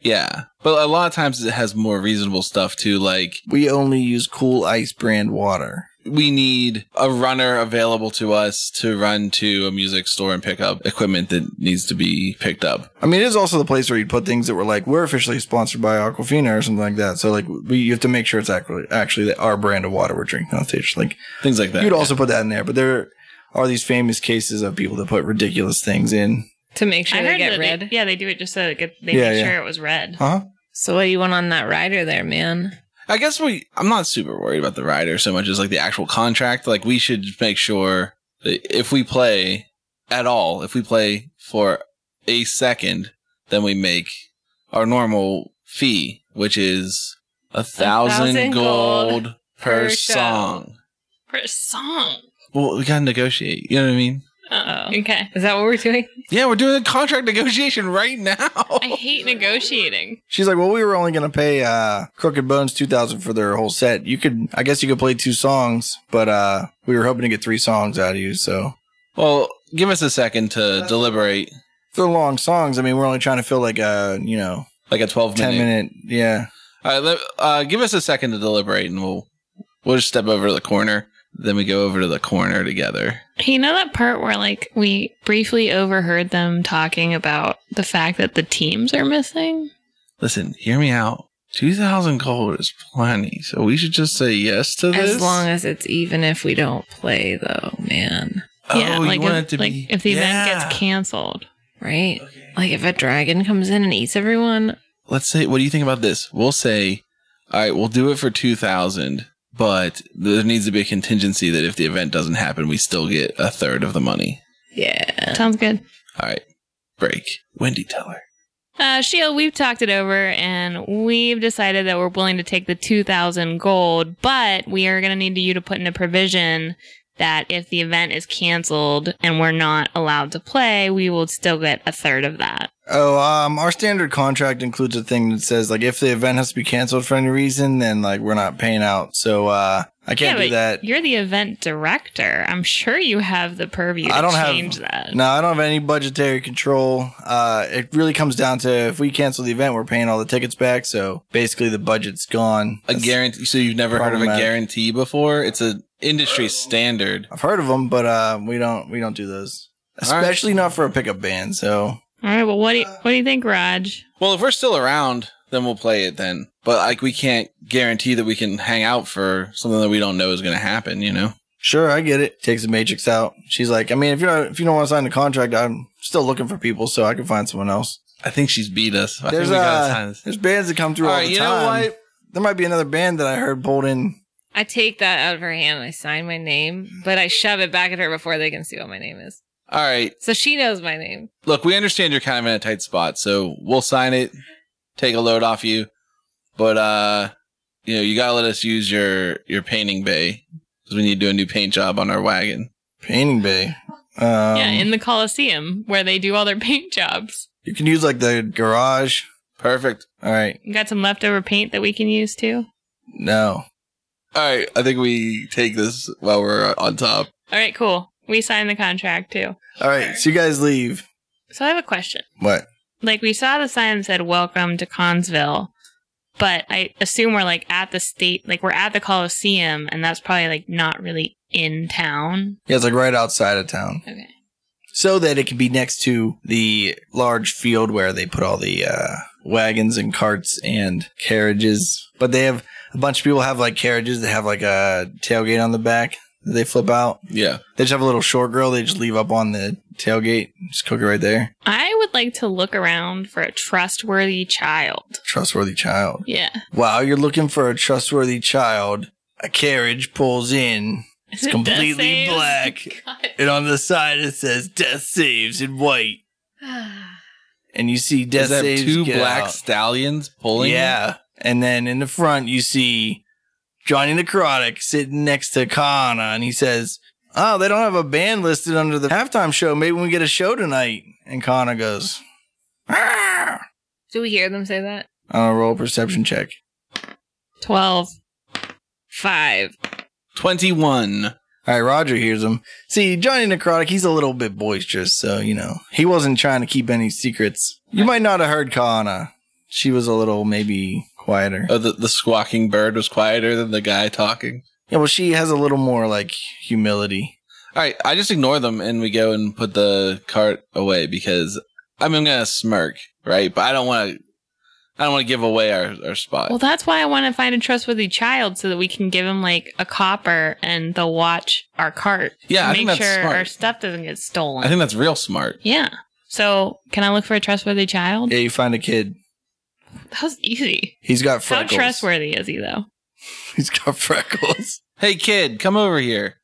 A: Yeah, but a lot of times it has more reasonable stuff too. Like
C: We only use Cool Ice brand water.
A: we need a runner available to us to run to a music store and pick up equipment that needs to be picked up.
C: I mean, it is also the place where you put things that were like we're officially sponsored by Aquafina or something like that. So like we, you have to make sure it's actually actually that our brand of water we're drinking on stage. Like
A: Things like that.
C: you'd also put that in there, but there are these famous cases of people that put ridiculous things in.
B: To make sure
E: I
B: they
E: heard
B: get
E: that
B: red.
E: They, yeah, they do it just so it get, they
C: Yeah,
E: make
C: yeah.
E: sure it was red.
C: Huh?
B: So what do you want on that rider there, man?
A: I guess we. I'm not super worried about the rider so much as like the actual contract. Like we should make sure that if we play at all, if we play for a second, then we make our normal fee, which is a thousand,
B: thousand
A: gold,
B: gold
A: per,
B: per show.
A: song.
E: For a song.
A: Well, we gotta negotiate. You know what I mean?
E: Oh.
B: Oh.
E: Okay.
B: Is that what we're doing?
A: Yeah, we're doing a contract negotiation right now.
E: I hate negotiating.
C: She's like, well, we were only gonna pay uh, Crooked Bones two thousand for their whole set. You could, I guess, you could play two songs, but uh, we were hoping to get three songs out of you. So
A: Well, give us a second to deliberate,
C: if they're long songs. I mean, we're only trying to fill like a you know
A: like a 12
C: ten
A: minute.
C: minute, yeah.
A: All right, let, uh, give us a second to deliberate, and we'll we'll just step over to the corner. Then we go over to the corner together.
E: You know that part where like we briefly overheard them talking about the fact that the teams are missing?
A: Listen, hear me out. Two thousand gold is plenty, so we should just say yes to this.
B: As long as it's even if we don't play though, man.
A: oh, you
E: like
A: want
E: if,
A: it to
E: like
A: be
E: if the
A: Yeah.
E: event gets canceled.
B: Right? Like if a dragon comes in and eats everyone,
A: Let's say, what do you think about this? We'll say, all right, we'll do it for two thousand, but there needs to be a contingency that if the event doesn't happen, we still get a third of the money.
B: yeah.
E: Sounds good.
A: All right, break. Wendy, tell her.
E: Uh, Sheil, we've talked it over and we've decided that we're willing to take the 2000 gold, but we are going to need you to put in a provision that if the event is canceled and we're not allowed to play, we will still get a third of that.
C: Oh, um, our standard contract includes a thing that says like if the event has to be canceled for any reason, then like we're not paying out. So uh, I can't
E: Yeah,
C: do
E: but
C: that.
E: You're the event director. I'm sure you have the purview to
C: I don't have-
E: change that.
C: No, I don't have any budgetary control. Uh, it really comes down to if we cancel the event, we're paying all the tickets back. So basically, the budget's gone.
A: A
C: That's-
A: guarantee. So you've never heard of a
C: Problematic.
A: guarantee before? It's an industry standard.
C: I've heard of them, but uh, we don't we don't do those,
A: All right.
C: especially not for a pickup band. So
E: All right. Well, what do you, what do you think, Raj?
A: Well, if we're still around, then we'll play it then. But like, we can't guarantee that we can hang out for something that we don't know is going to happen. You know?
C: sure, I get it. Takes the Matrix out. She's like, I mean, if you're not, if you don't want to sign the contract, I'm still looking for people, so I can find someone else.
A: I think she's beat us. I
C: There's
A: think we got
C: uh,
A: time.
C: there's bands that come through
A: All
C: all,
A: right,
C: the
A: you know
C: time.
A: what?
C: There might be another band that I heard pulled in.
B: I take that out of her hand and I sign my name, but I shove it back at her before they can see what my name is.
A: All right.
B: So she knows my name.
A: Look, we understand you're kind of in a tight spot, so we'll sign it, take a load off you, but uh, you know, you gotta let us use your your painting bay because we need to do a new paint job on our wagon.
C: Painting Bay. Um,
E: yeah, in the Coliseum where they do all their paint jobs.
C: you can use like the garage.
A: Perfect.
C: All right.
E: You got some leftover paint that we can use too.
C: No.
A: All right, I think we take this while we're on top.
E: All right, cool. We signed the contract too.
C: All right. So you guys leave.
E: So I have a question.
C: What?
E: Like we saw the sign that said "Welcome to Consville," but I assume we're like at the state, like we're at the Coliseum, and that's probably like not really in town.
C: Yeah, it's like right outside of town,
E: Okay.
C: so that it can be next to the large field where they put all the uh, wagons and carts and carriages. But they have a bunch of people have like carriages that have like a tailgate on the back. that They flip out.
A: Yeah.
C: They just have a little short grill. They just leave up on the tailgate. Just cook it right there.
E: I would like to look around for a trustworthy child.
C: Trustworthy child.
E: Yeah.
C: Wow, you're looking for a trustworthy child. A carriage pulls in. It's completely
E: [laughs]
C: black. And on the side it says death saves in white. And you see death
A: Does that have
C: saves.
A: two
C: get
A: black
C: out.
A: stallions pulling?
C: Yeah. And then in the front you see Johnny Necrotic sitting next to Kana and he says, Oh, they don't have a band listed under the halftime show. Maybe we get a show tonight. And Kana goes, "Arr!"
B: Do we hear them say that?
C: Uh, roll a perception check.
E: 12.
B: Five.
A: Twenty-one.
C: All right, Roger hears him. See, Johnny Necrotic, he's a little bit boisterous, so, you know, he wasn't trying to keep any secrets. You might not have heard Kana. She was a little, maybe, quieter.
A: Oh, the, the squawking bird was quieter than the guy talking.
C: Yeah, well, she has a little more, like, humility.
A: All right, I just ignore them and we go and put the cart away because I mean, I'm gonna smirk, right? But I don't want to. I don't want to give away our, our spot.
E: Well, that's why I want to find a trustworthy child so that we can give him like a copper and they'll watch our cart.
A: Yeah, I
E: Make
A: think that's
E: sure
A: smart.
E: our stuff doesn't get stolen.
A: I think that's real smart.
E: yeah. So, can I look for a trustworthy child?
C: Yeah, you find a kid.
E: that was easy.
C: He's got freckles.
E: How trustworthy is he, though?
C: He's got freckles.
A: Hey, kid, come over here.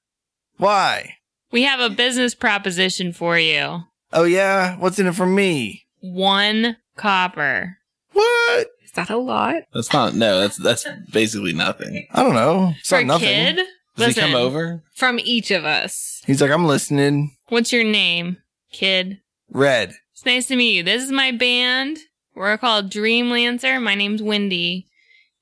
C: Why?
E: We have a business proposition for you
C: Oh, yeah? What's in it for me?
E: one copper.
C: What?
B: Is that a lot?
A: That's not no. That's that's basically nothing.
C: I don't know. It's
E: for
C: not
E: a
C: nothing.
E: kid?
A: Does
E: Listen,
A: he come over?
B: From each of us.
C: He's like, I'm listening.
E: What's your name, kid?
C: Red.
E: It's nice to meet you. This is my band. We're called Dream Lancer. My name's Wendy.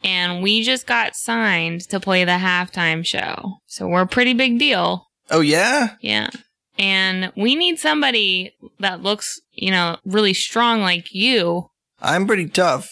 E: And we just got signed to play the halftime show. So we're a pretty big deal.
C: Oh, yeah?
E: Yeah. And we need somebody that looks, you know, really strong like you
C: I'm pretty tough.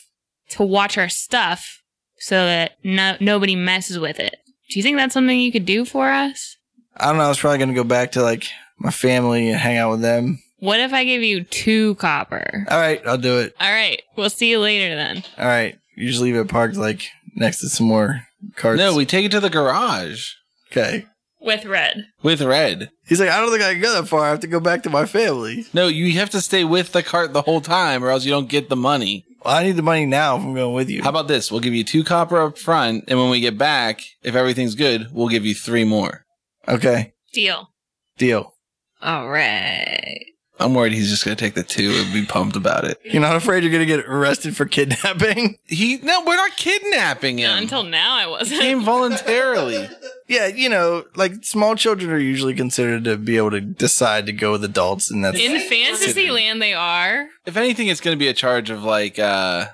E: to watch our stuff so that no- nobody messes with it. Do you think that's something you could do for us?
C: I don't know. I was probably going to go back to like my family and hang out with them.
E: What if I give you two copper?
C: All right, I'll do it.
E: All right. We'll see you later then.
C: All right. You just leave it parked like next to some more carts.
A: No, we take it to the garage
C: Okay.
E: With red.
A: with Red.
C: He's like, I don't think I can go that far. I have to go back to my family.
A: No, you have to stay with the cart the whole time, or else you don't get the money.
C: Well, I need the money now if I'm going with you.
A: How about this? We'll give you two copper up front, and when we get back, if everything's good, we'll give you three more.
C: okay.
E: Deal.
C: Deal.
B: All right.
A: I'm worried he's just gonna take the two and be pumped about it.
C: You're not afraid you're going to get arrested for [laughs] kidnapping?
A: He no, we're not kidnapping him.
E: Not until now, I wasn't.
A: he came voluntarily.
C: yeah, you know, like small children are usually considered to be able to decide to go with adults, and that's
E: In Fantasyland, they are.
A: if anything, it's gonna be a charge of like uh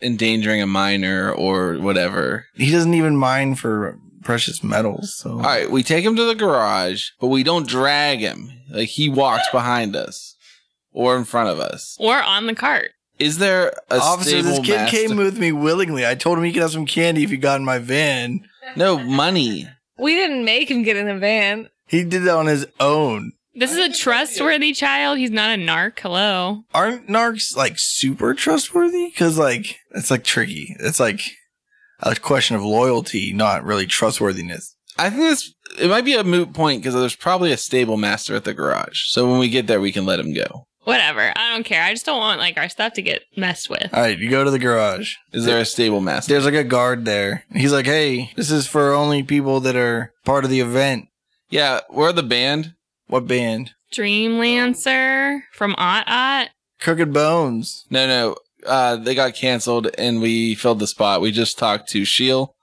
A: endangering a minor or whatever.
C: he doesn't even mine for precious metals. So
A: All right, we take him to the garage, but we don't drag him. Like he walks behind us or in front of us.
E: Or on the cart.
A: Is there a
C: officer, this
A: stable
C: kid
A: master-
C: came with me willingly. I told him he could have some candy if he got in my van.
A: No money.
B: We didn't make him get in the van.
C: He did that on his own.
E: This is a trustworthy child. He's not a narc. Hello.
C: Aren't narcs like super trustworthy? Because like it's like tricky. It's like a question of loyalty, not really trustworthiness.
A: I think this it might be a moot point because there's probably a stable master at the garage. So when we get there, we can let him go.
E: Whatever. I don't care. I just don't want like our stuff to get messed with.
C: All right, you go to the garage.
A: Is there a stable master?
C: There's like a guard there. He's like, "Hey, this is for only people that are part of the event."
A: Yeah, we're the band.
C: What band?
E: Dream Lancer from Ott Ott.
C: Crooked Bones.
A: No, no, uh, they got canceled and we filled the spot. We just talked to Sheil,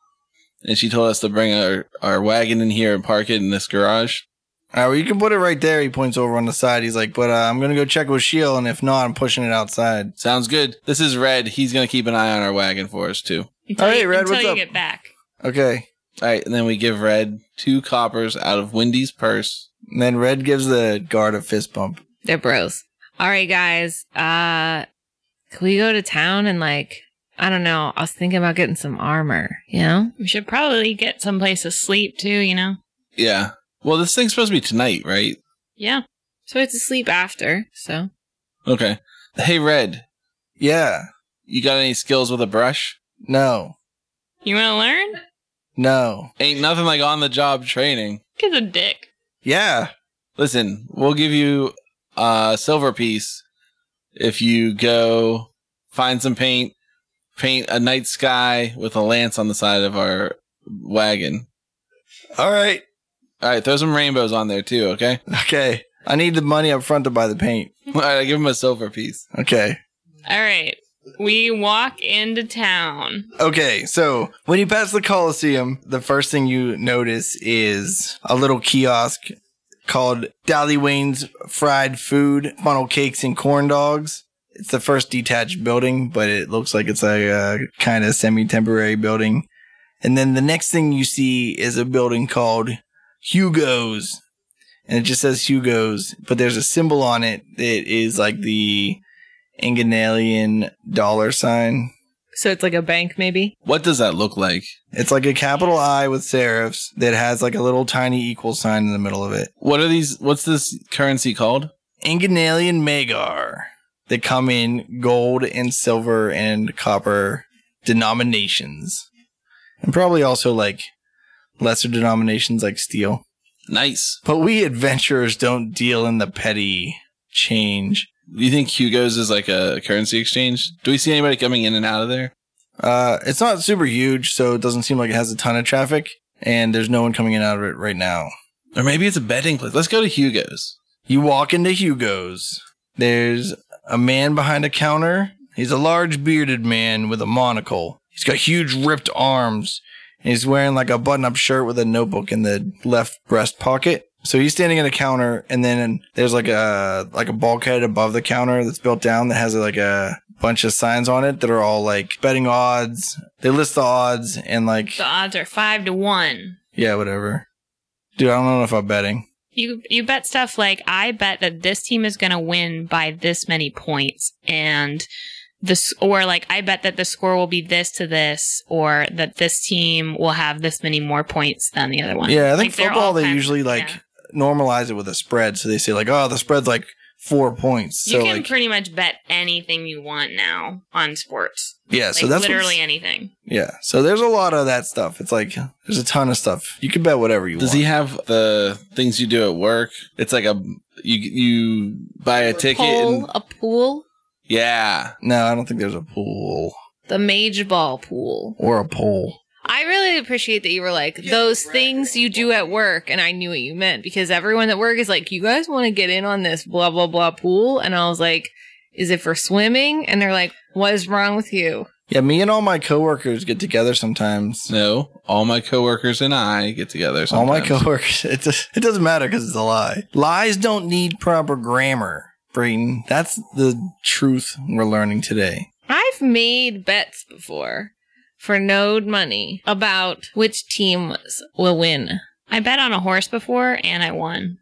A: and she told us to bring our our wagon in here and park it in this garage.
C: All right, well, you can put it right there. He points over on the side. He's like, "But uh, I'm gonna go check with Shield, and if not, I'm pushing it outside."
A: Sounds good. This is Red. He's gonna keep an eye on our wagon for us too.
E: Until
C: All right,
E: you,
C: Red,
E: until
C: what's
E: you
C: up?
E: get back.
C: Okay.
A: All right, and then we give Red two coppers out of Wendy's purse.
C: And then Red gives the guard a fist bump.
B: They're bros. All right, guys. Uh, can we go to town and like, I don't know. I was thinking about getting some armor, you know?
E: We should probably get someplace to sleep too, you know?
A: Yeah. Well, this thing's supposed to be tonight, right?
E: Yeah.
B: So we have to sleep after. So
A: Okay. Hey, Red.
C: Yeah.
A: You got any skills with a brush?
C: No.
E: You want to learn?
C: No.
A: Ain't nothing like on the job training.
E: Kid's a dick.
C: Yeah.
A: Listen, we'll give you a silver piece if you go find some paint, paint a night sky with a lance on the side of our wagon.
C: All right.
A: All right, throw some rainbows on there too, okay? [laughs]
C: Okay. I need the money up front to buy the paint.
A: All right, I give him a silver piece.
C: Okay.
E: All right. We walk into town.
C: Okay, so when you pass the Coliseum, the first thing you notice is a little kiosk called Dolly Wayne's Fried Food, Funnel Cakes, and Corn Dogs. It's the first detached building, but it looks like it's a uh, kind of semi temporary building. And then the next thing you see is a building called Hugo's. And it just says Hugo's, but there's a symbol on it that is like the Inganalian dollar sign.
B: so it's like a bank, maybe.
A: What does that look like?
C: It's like a capital I with serifs that has like a little tiny equal sign in the middle of it.
A: What are these? What's this currency called?
C: Inganalian Magar. They come in gold and silver and copper denominations. And probably also like lesser denominations like steel.
A: Nice.
C: But we adventurers don't deal in the petty change.
A: Do you think Hugo's is like a currency exchange? Do we see anybody coming in and out of there?
C: Uh, it's not super huge, so it doesn't seem like it has a ton of traffic. And there's no one coming in out of it right now.
A: Or maybe it's a betting place. Let's go to Hugo's.
C: You walk into Hugo's. There's a man behind a counter. He's a large bearded man with a monocle. He's got huge ripped arms. And he's wearing like a button up shirt with a notebook in the left breast pocket. So he's standing at a counter and then there's like a like a bulkhead above the counter that's built down that has like a bunch of signs on it that are all like betting odds. They list the odds and like
E: The odds are five to one.
C: yeah, whatever. Dude, I don't know if I'm betting.
E: You you bet stuff like I bet that this team is going to win by this many points and this or like I bet that the score will be this to this or that this team will have this many more points than the other one.
C: Yeah, I think
E: Like, they're
C: football
E: all
C: they
E: kind of-
C: usually like
E: yeah.
C: normalize it with a spread. So they say like, oh, the spread's like four points. So
E: you can
C: like,
E: pretty much bet anything you want now on sports.
C: yeah,
E: Like
C: so that's
E: literally
C: what's-
E: anything.
C: yeah. So there's a lot of that stuff. It's like there's a ton of stuff. You can bet whatever you
A: Does
C: want.
A: he have the things you do at work? It's like a you you buy a ticket.
B: Pool,
A: And,
B: a pool,
A: yeah,
C: no, I don't think there's a pool
B: the mage ball pool.
C: or a pole.
B: I really appreciate that you were like those things you do at work, and I knew what you meant because everyone at work is like, "You guys want to get in on this blah blah blah pool?" And I was like, "Is it for swimming?" And they're like, "What is wrong with you?"
C: Yeah, me and all my coworkers get together sometimes.
A: No, all my coworkers and I get together. Sometimes.
C: All my coworkers. [laughs] It, does, it doesn't matter because it's a lie. Lies don't need proper grammar, Brayden. That's the truth we're learning today.
B: I've made bets before for no money about which team will win.
E: I bet on a horse before and I won.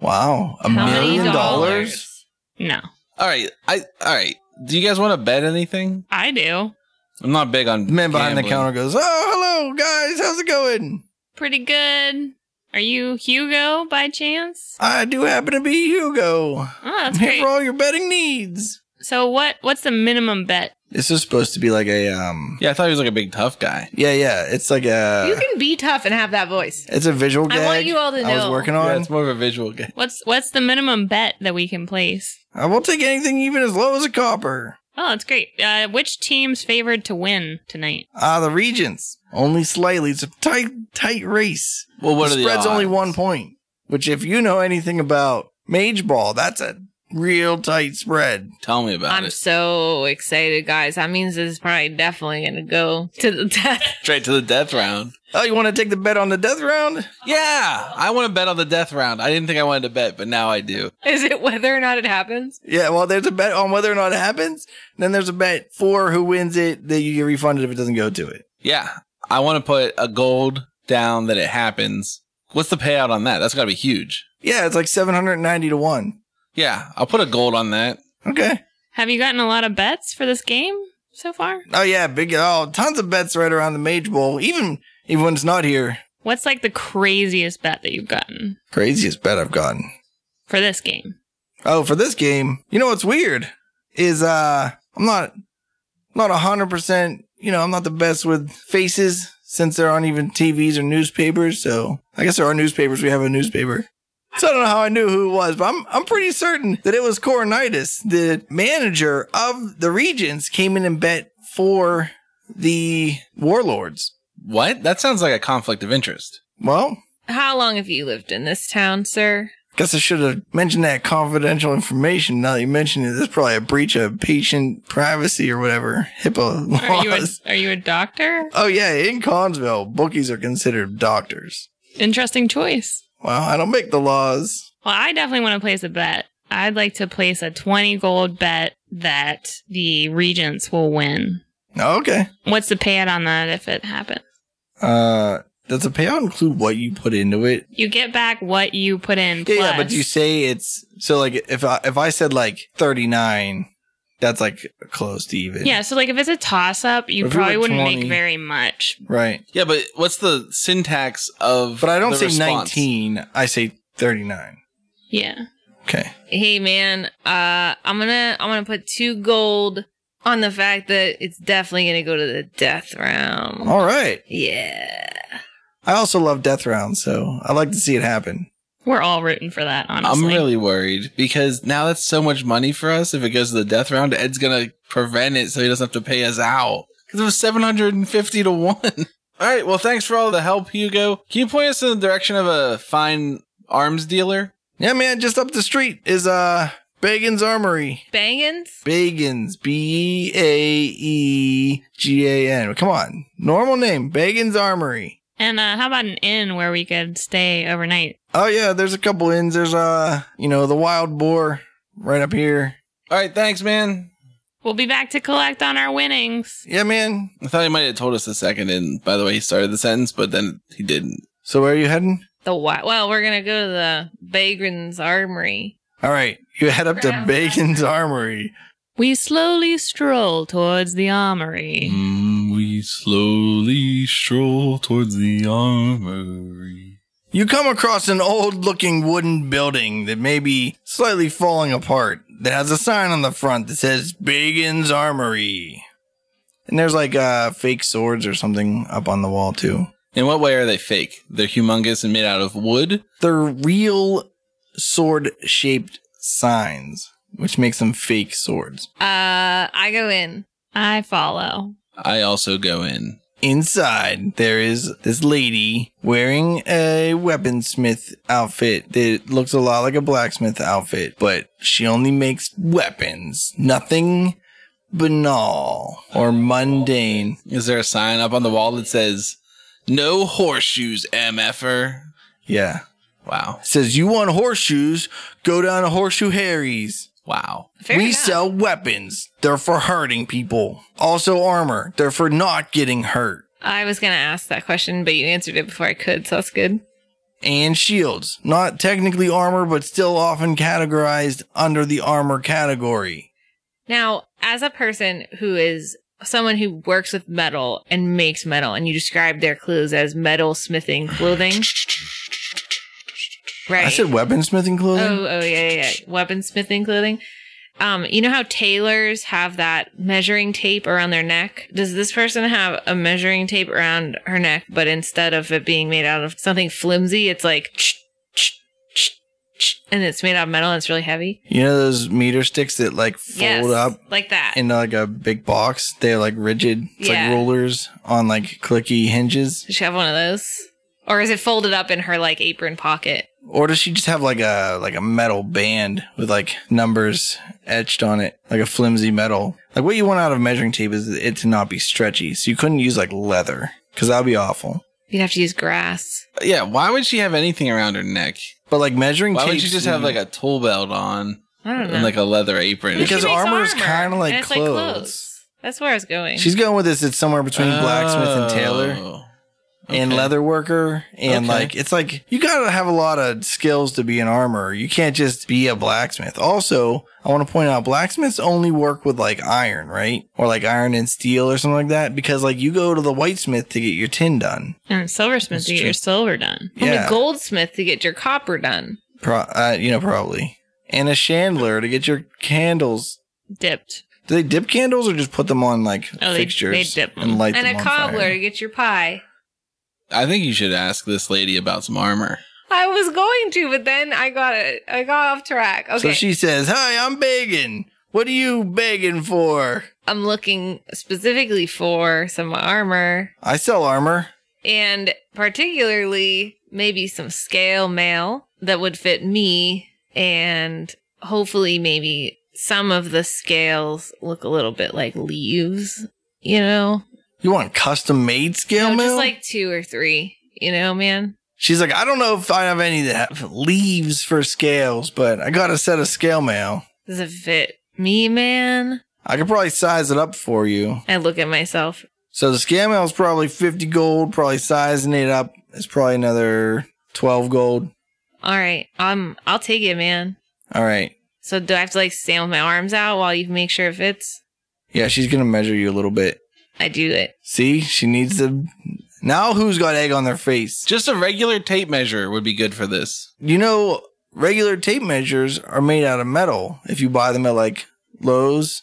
C: Wow, a
E: How many
C: million dollars?
E: dollars? No,
A: All right, I all right. Do you guys want to bet anything?
E: I do.
A: I'm not big on
C: The man behind the
A: gambling.
C: counter goes, "Oh, hello guys, how's it going?
E: Pretty good. Are you Hugo by chance?
C: I do happen to be Hugo.
E: Oh,
B: [laughs]
C: I'm
E: that's
C: here
E: great.
C: for all your betting needs."
E: So what? What's the minimum bet?
C: This is supposed to be like a um.
A: Yeah, I thought he was like a big tough guy.
C: Yeah, yeah. It's like
B: you
C: a.
B: can be tough and have that voice.
C: It's a visual
B: I
C: gag.
B: want you all to
C: I was
B: know.
C: working
A: Yeah,
C: on.
A: it's more of a visual guy.
E: What's What's the minimum bet that we can place?
C: I will take anything, even as low as a copper.
E: Oh, that's great. Uh, which team's favored to win tonight?
C: Ah, the Regents. Only slightly. It's a tight, tight race.
A: Well, what
C: the
A: are
C: spread's
A: the odds?
C: only one point. Which, if you know anything about Mage Ball, that's a real tight spread.
A: Tell me about
B: I'm
A: it.
B: so excited, guys. That means this is probably definitely going to go to the [laughs] death.
A: Straight to the death round.
C: Oh, you want to take the bet on the death round?
A: Yeah, I want to bet on the death round. I didn't think I wanted to bet, but now I do.
B: Is it whether or not it happens?
C: Yeah. Well, there's a bet on whether or not it happens. Then there's a bet for who wins it that you get refunded if it doesn't go to it.
A: Yeah, I want to put a gold down that it happens. What's the payout on that? That's got to be huge.
C: Yeah, it's like seven hundred ninety to one.
A: Yeah, I'll put a gold on that.
C: Okay.
E: Have you gotten a lot of bets for this game so far?
C: Oh yeah, big. Oh, tons of bets right around the Mage Bowl. Even even when it's not here.
E: What's like the craziest bet that you've gotten
C: Craziest bet I've gotten.
E: for this game?
C: Oh, for this game, you know what's weird is uh I'm not not hundred percent. You know, I'm not the best with faces since there aren't even TVs or newspapers. So I guess there are newspapers. We have a newspaper. So I don't know how I knew who it was, but I'm I'm pretty certain that it was Coronitis, the manager of the Regents, came in and bet for the Warlords.
A: What? That sounds like a conflict of interest.
C: Well,
B: How long have you lived in this town, sir?
C: Guess I should have mentioned that confidential information. Now that you mention it, that's probably a breach of patient privacy or whatever HIPAA
E: Are you a,
C: laws.
E: Are you a doctor?
C: oh yeah, in Consville, bookies are considered doctors.
E: Interesting choice.
C: Well, I don't make the laws.
E: Well, I definitely want to place a bet. I'd like to place a 20 gold bet that the Regents will win.
C: Oh, okay.
E: What's the payout on that if it happens?
C: Uh, does the payout include what you put into it?
E: You get back what you put in.
C: Yeah,
E: Plus.
C: yeah, but you say it's so like if I if I said like thirty nine, that's like close to even.
E: Yeah, so like if it's a toss up, you
C: If it
E: probably
C: were
E: wouldn't
C: 20.
E: make very much.
C: Right.
A: Yeah, but what's the syntax of?
C: But I don't
A: the
C: say
A: response?
C: nineteen. I say thirty nine.
E: Yeah.
C: Okay.
B: Hey, man. Uh, I'm gonna I'm gonna put two gold on the fact that it's definitely gonna go to the death round.
C: All right.
B: Yeah.
C: I also love death rounds, so I like to see it happen.
E: We're all rooting for that, honestly.
A: I'm really worried because now that's so much money for us. If it goes to the death round, Ed's gonna prevent it so he doesn't have to pay us out. Because it was 750 to 1. [laughs] all right, well, thanks for all the help, Hugo. Can you point us in the direction of a fine arms dealer?
C: Yeah, man, just up the street is uh Bagan's Armory.
B: Bangins?
C: Bagan's B A E G A N. Come on. Normal name, Bagan's Armory.
E: And uh, how about an inn where we could stay overnight?
C: Oh yeah, there's a couple inns. There's uh, you know, the Wild Boar right up here.
A: All right, thanks, man.
E: We'll be back to collect on our winnings.
C: Yeah, man.
A: I thought he might have told us the second, and by the way, he started the sentence, but then he didn't.
C: So where are you heading?
B: The what? Well, we're gonna go to the Bagrin's Armory.
C: All right, you head up to Bagan's Armory.
E: We slowly stroll towards the armory.
A: Mm, we slowly stroll towards the armory.
C: You come across an old looking wooden building that may be slightly falling apart that has a sign on the front that says Bagan's Armory. And there's like uh, fake swords or something up on the wall too.
A: In what way are they fake? They're humongous and made out of wood.
C: They're real sword shaped signs, which makes them fake swords.
B: Uh, I go in.
E: I follow.
A: I also go in.
C: Inside, there is this lady wearing a weaponsmith outfit that looks a lot like a blacksmith outfit, but she only makes weapons. Nothing banal or mundane.
A: Is there a sign up on the wall that says, no horseshoes, MFer?
C: Yeah.
A: Wow.
C: Says, you want horseshoes? Go down to Horseshoe Harry's.
A: Wow.
B: Fair
C: we
B: enough.
C: sell weapons. They're for hurting people. Also armor. They're for not getting hurt.
B: I was going to ask that question, but you answered it before I could, so that's good.
C: And shields. Not technically armor, but still often categorized under the armor category.
B: Now, as a person who is someone who works with metal and makes metal, and you describe their clues as metal smithing clothing,
C: [laughs]
B: right?
C: I said weaponsmithing clothing.
B: oh, oh, yeah, yeah, yeah. Weapon smithing clothing. Um, you know how tailors have that measuring tape around their neck? Does this person have a measuring tape around her neck, but instead of it being made out of something flimsy, it's like, and it's made out of metal and it's really heavy?
C: You know those meter sticks that like fold
B: yes,
C: up
B: like that.
C: into like a big box? They're like rigid. It's
B: Yeah.
C: like rulers on like clicky hinges.
B: Does she have one of those? Or is it folded up in her like apron pocket?
C: Or does she just have like a like a metal band with like numbers etched on it, like a flimsy metal? Like what you want out of measuring tape is it to not be stretchy, so you couldn't use like leather because that'd be awful.
B: You'd have to use grass.
A: Yeah, why would she have anything around her neck?
C: But like measuring
A: Why
C: tape,
A: would she just have like a tool belt on
B: I don't know.
A: and like a leather apron?
C: Because
B: She makes
C: armor is
B: armor,
C: kind of like
B: and it's like
C: clothes.
B: clothes. That's where I was going.
C: She's going with this. It's somewhere between blacksmith and tailor
A: Oh,
C: and
A: okay.
C: leather worker, and
A: Okay.
C: like it's like you gotta have a lot of skills to be an armor. You can't just be a blacksmith. Also, I want to point out blacksmiths only work with like iron, right, or like iron and steel or something like that, because like you go to the whitesmith to get your tin done.
E: And silversmith to get your silver done.
B: Only
C: yeah,
B: goldsmith to get your copper done.
C: pro- uh, you know probably, and a chandler to get your candles.
E: Dipped.
C: Do they dip candles or just put them on like
E: Oh, they-
C: fixtures
E: they dip them.
C: and light
B: And
C: them
B: a
C: on
B: cobbler
C: fire?
B: to get your pie.
A: I think you should ask this lady about some armor.
B: I was going to, but then I got it. I got off track. Okay.
C: So she says, "Hi, I'm begging. What are you begging for?
B: I'm looking specifically for some armor
C: I sell armor."
B: and particularly maybe some scale mail that would fit me and hopefully maybe some of the scales look a little bit like leaves, you know?
C: You want custom made scale
B: No,
C: mail?
B: just like two or three, you know, man?
C: She's like, I don't know if I have any that have leaves for scales, but I got a set of scale mail.
B: Does it fit me, man?
C: I could probably size it up for you.
B: I look at myself.
C: So the scale mail is probably 50 gold, probably sizing it up. It's probably another 12 gold.
B: All right, um, I'll take it, man.
C: All right.
B: So do I have to like stand with my arms out while you make sure it fits?
C: Yeah, she's going to measure you a little bit.
B: I do it. [laughs]
C: See, she needs to. Now who's got egg on their face?
A: Just a regular tape measure would be good for this.
C: You know, regular tape measures are made out of metal if you buy them at like Lowe's,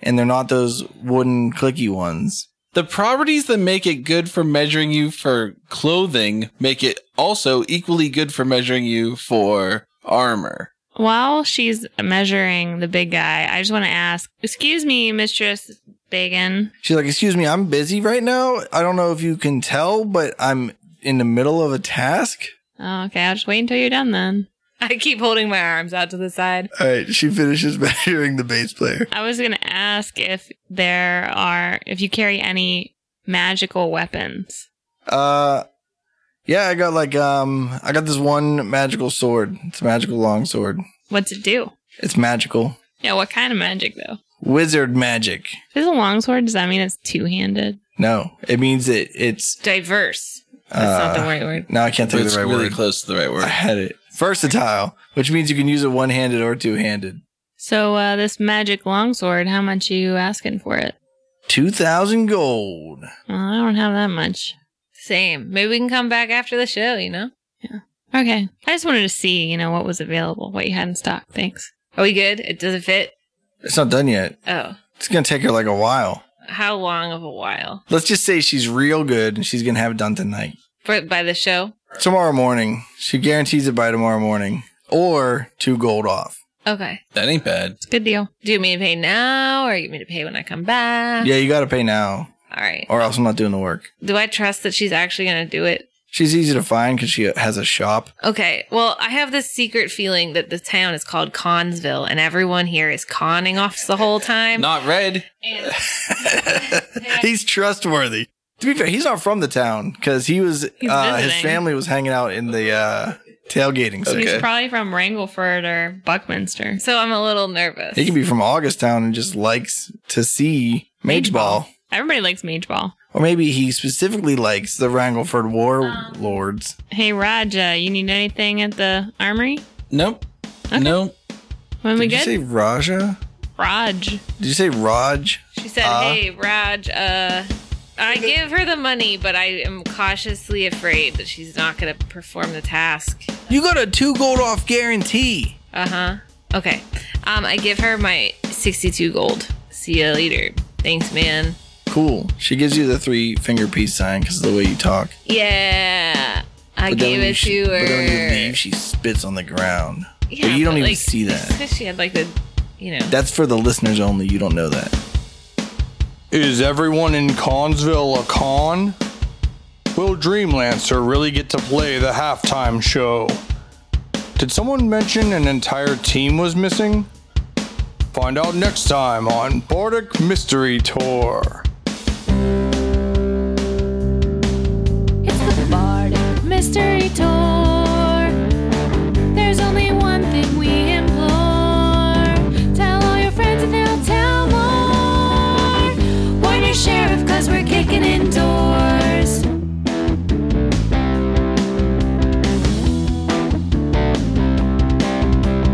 C: and they're not those wooden clicky ones.
A: The properties that make it good for measuring you for clothing make it also equally good for measuring you for armor.
E: While she's measuring the big guy, I just want to ask, excuse me, Mistress Bacon.
C: She's like, Excuse me, I'm busy right now. I don't know if you can tell, but I'm in the middle of a task.
E: Oh, okay, I'll just wait until you're done then.
B: I keep holding my arms out to the side.
C: All right, she finishes [laughs] measuring the bass player.
E: I was going to ask if there are, if you carry any magical weapons.
C: Uh, yeah, I got like, um, I got this one magical sword. It's a magical long sword.
E: What's it do?
C: It's magical.
E: Yeah, what kind of magic though?
C: Wizard magic.
E: If it's a longsword, does that mean it's two handed?
C: No, it means it, it's,
B: Diverse. That's not the
C: Uh,
B: right word.
C: no, I can't think of
A: it's
C: the right
A: really
C: word.
A: close to the right
C: I
A: word.
C: had it. Versatile, which means you can use it one handed or two handed.
E: So uh, this magic longsword, how much are you asking for it?
C: 2,000 gold.
E: Well, I don't have that much.
B: Same. Maybe we can come back after the show. You know?
E: Okay, I just wanted to see, you know, what was available, what you had in stock. Thanks.
B: Are we good? It doesn't fit.
C: It's not done yet.
B: Oh,
C: It's going to take her like a while.
B: how long of a while?
C: Let's just say she's real good and she's going to have it done tonight.
B: For, by the show.
C: Tomorrow morning. She guarantees it by tomorrow morning or two gold off.
B: Okay.
A: That ain't bad.
E: It's a good deal.
B: Do you want me to pay now, or you want me to pay when I come back?
C: Yeah, you got to pay now.
B: All right.
C: or else I'm not doing the work.
B: Do I trust that she's actually going to do it?
C: She's easy to find because she has a shop.
B: Okay. Well, I have this secret feeling that the town is called Consville and everyone here is conning us the whole time.
A: Not red.
C: [laughs] he's trustworthy. To be fair, he's not from the town because he was
E: He's
C: uh, his
E: visiting.
C: family was hanging out in the uh, tailgating section.
E: He's probably from Wrangleford or Buckminster.
B: so I'm a little nervous.
C: He can be from Augustown and just likes to see Mage Ball.
E: Everybody likes Mage Ball.
C: Or maybe he specifically likes the Wrangleford Warlords.
E: Hey Raja, you need anything at the armory?
A: Nope. Nope.
E: When we
C: Did you
E: good?
C: say Raja?
E: Raj.
C: Did you say Raj?
B: She said,
C: Uh.
B: "Hey, Raj, uh, I give her the money, but I am cautiously afraid that she's not going to perform the task."
C: You got a two gold off guarantee.
B: Uh huh. Okay. Um, I give her my sixty-two gold. See ya later. Thanks, man.
C: Cool. She gives you the three finger peace sign because of the way you talk.
B: Yeah, I
C: then
B: gave
C: when
B: it
C: you-
B: to her.
C: But then when you leave, she spits on the ground.
B: Yeah,
C: but you don't even
B: like,
C: see that.
B: Because she had like the, you know.
C: That's for the listeners only. You don't know that. Is everyone in Consville a con?
H: Will Dreamlancer really get to play the halftime show? Did someone mention an entire team was missing? Find out next time on Bardic Mystery Tour.
D: It's the Bardic Mystery Tour. There's only one thing we implore. Tell all your friends and they'll tell more. Warn your sheriff, cause we're kicking in doors.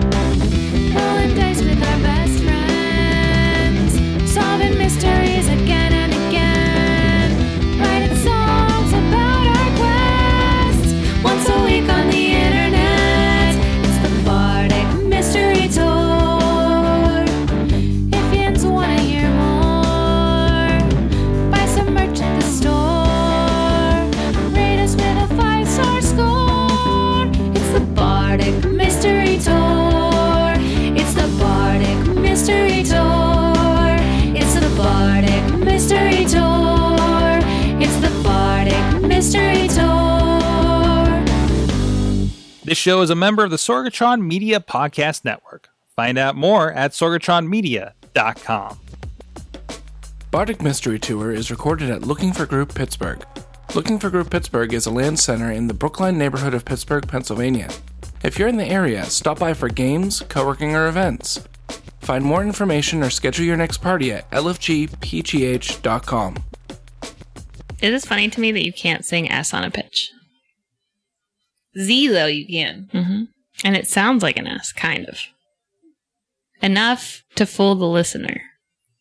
D: Rolling dice with our best friends. Solving mysteries again and again. Writing songs about our quests. Once a week on the internet. It's the Bardic Mystery Tour. If yins wanna hear more, buy some merch at the store. Rate us with a five star score. It's the Bardic Mystery Tour. It's the Bardic Mystery Tour. It's the Bardic Mystery Tour. It's the Bardic Mystery Tour.
I: This show is a member of the Sorgatron Media Podcast Network. Find out more at sorgatronmedia.com.
J: Bardic Mystery Tour is recorded at Looking for Group Pittsburgh. Looking for Group Pittsburgh is a land center in the Brookline neighborhood of Pittsburgh, Pennsylvania. If you're in the area, stop by for games, co working, or events. Find more information or schedule your next party at lfgpgh.com.
E: It is funny to me that you can't sing S on a pitch.
B: Z though you can.
E: hmm And it sounds like an S, kind of. Enough to fool the listener.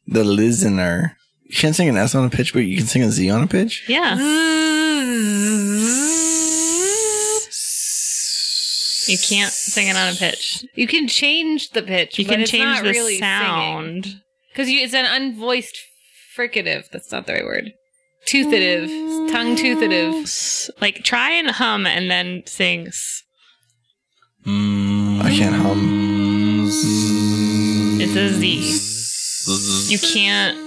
C: The listener. You can't sing an S on a pitch, but you can sing a Z on a pitch.
E: Yeah. You can't sing it on a pitch.
B: You can change the pitch.
E: You
B: but
E: can
B: it's
E: change
B: not
E: the
B: really
E: sound.
B: because it's an unvoiced fricative. That's not the right word. Toothative, tongue toothative.
E: S- Like try and hum and then sing. s.
C: I can't hum.
E: It's a Z. You can't.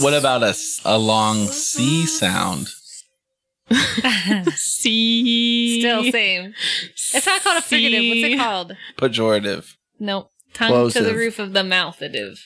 A: What about a, s- a long C sound?
E: C.
B: Still same. It's not called a fricative. What's it called?
A: Pejorative.
B: Nope. Tongue to
C: Plosive.
B: the roof of the mouthative.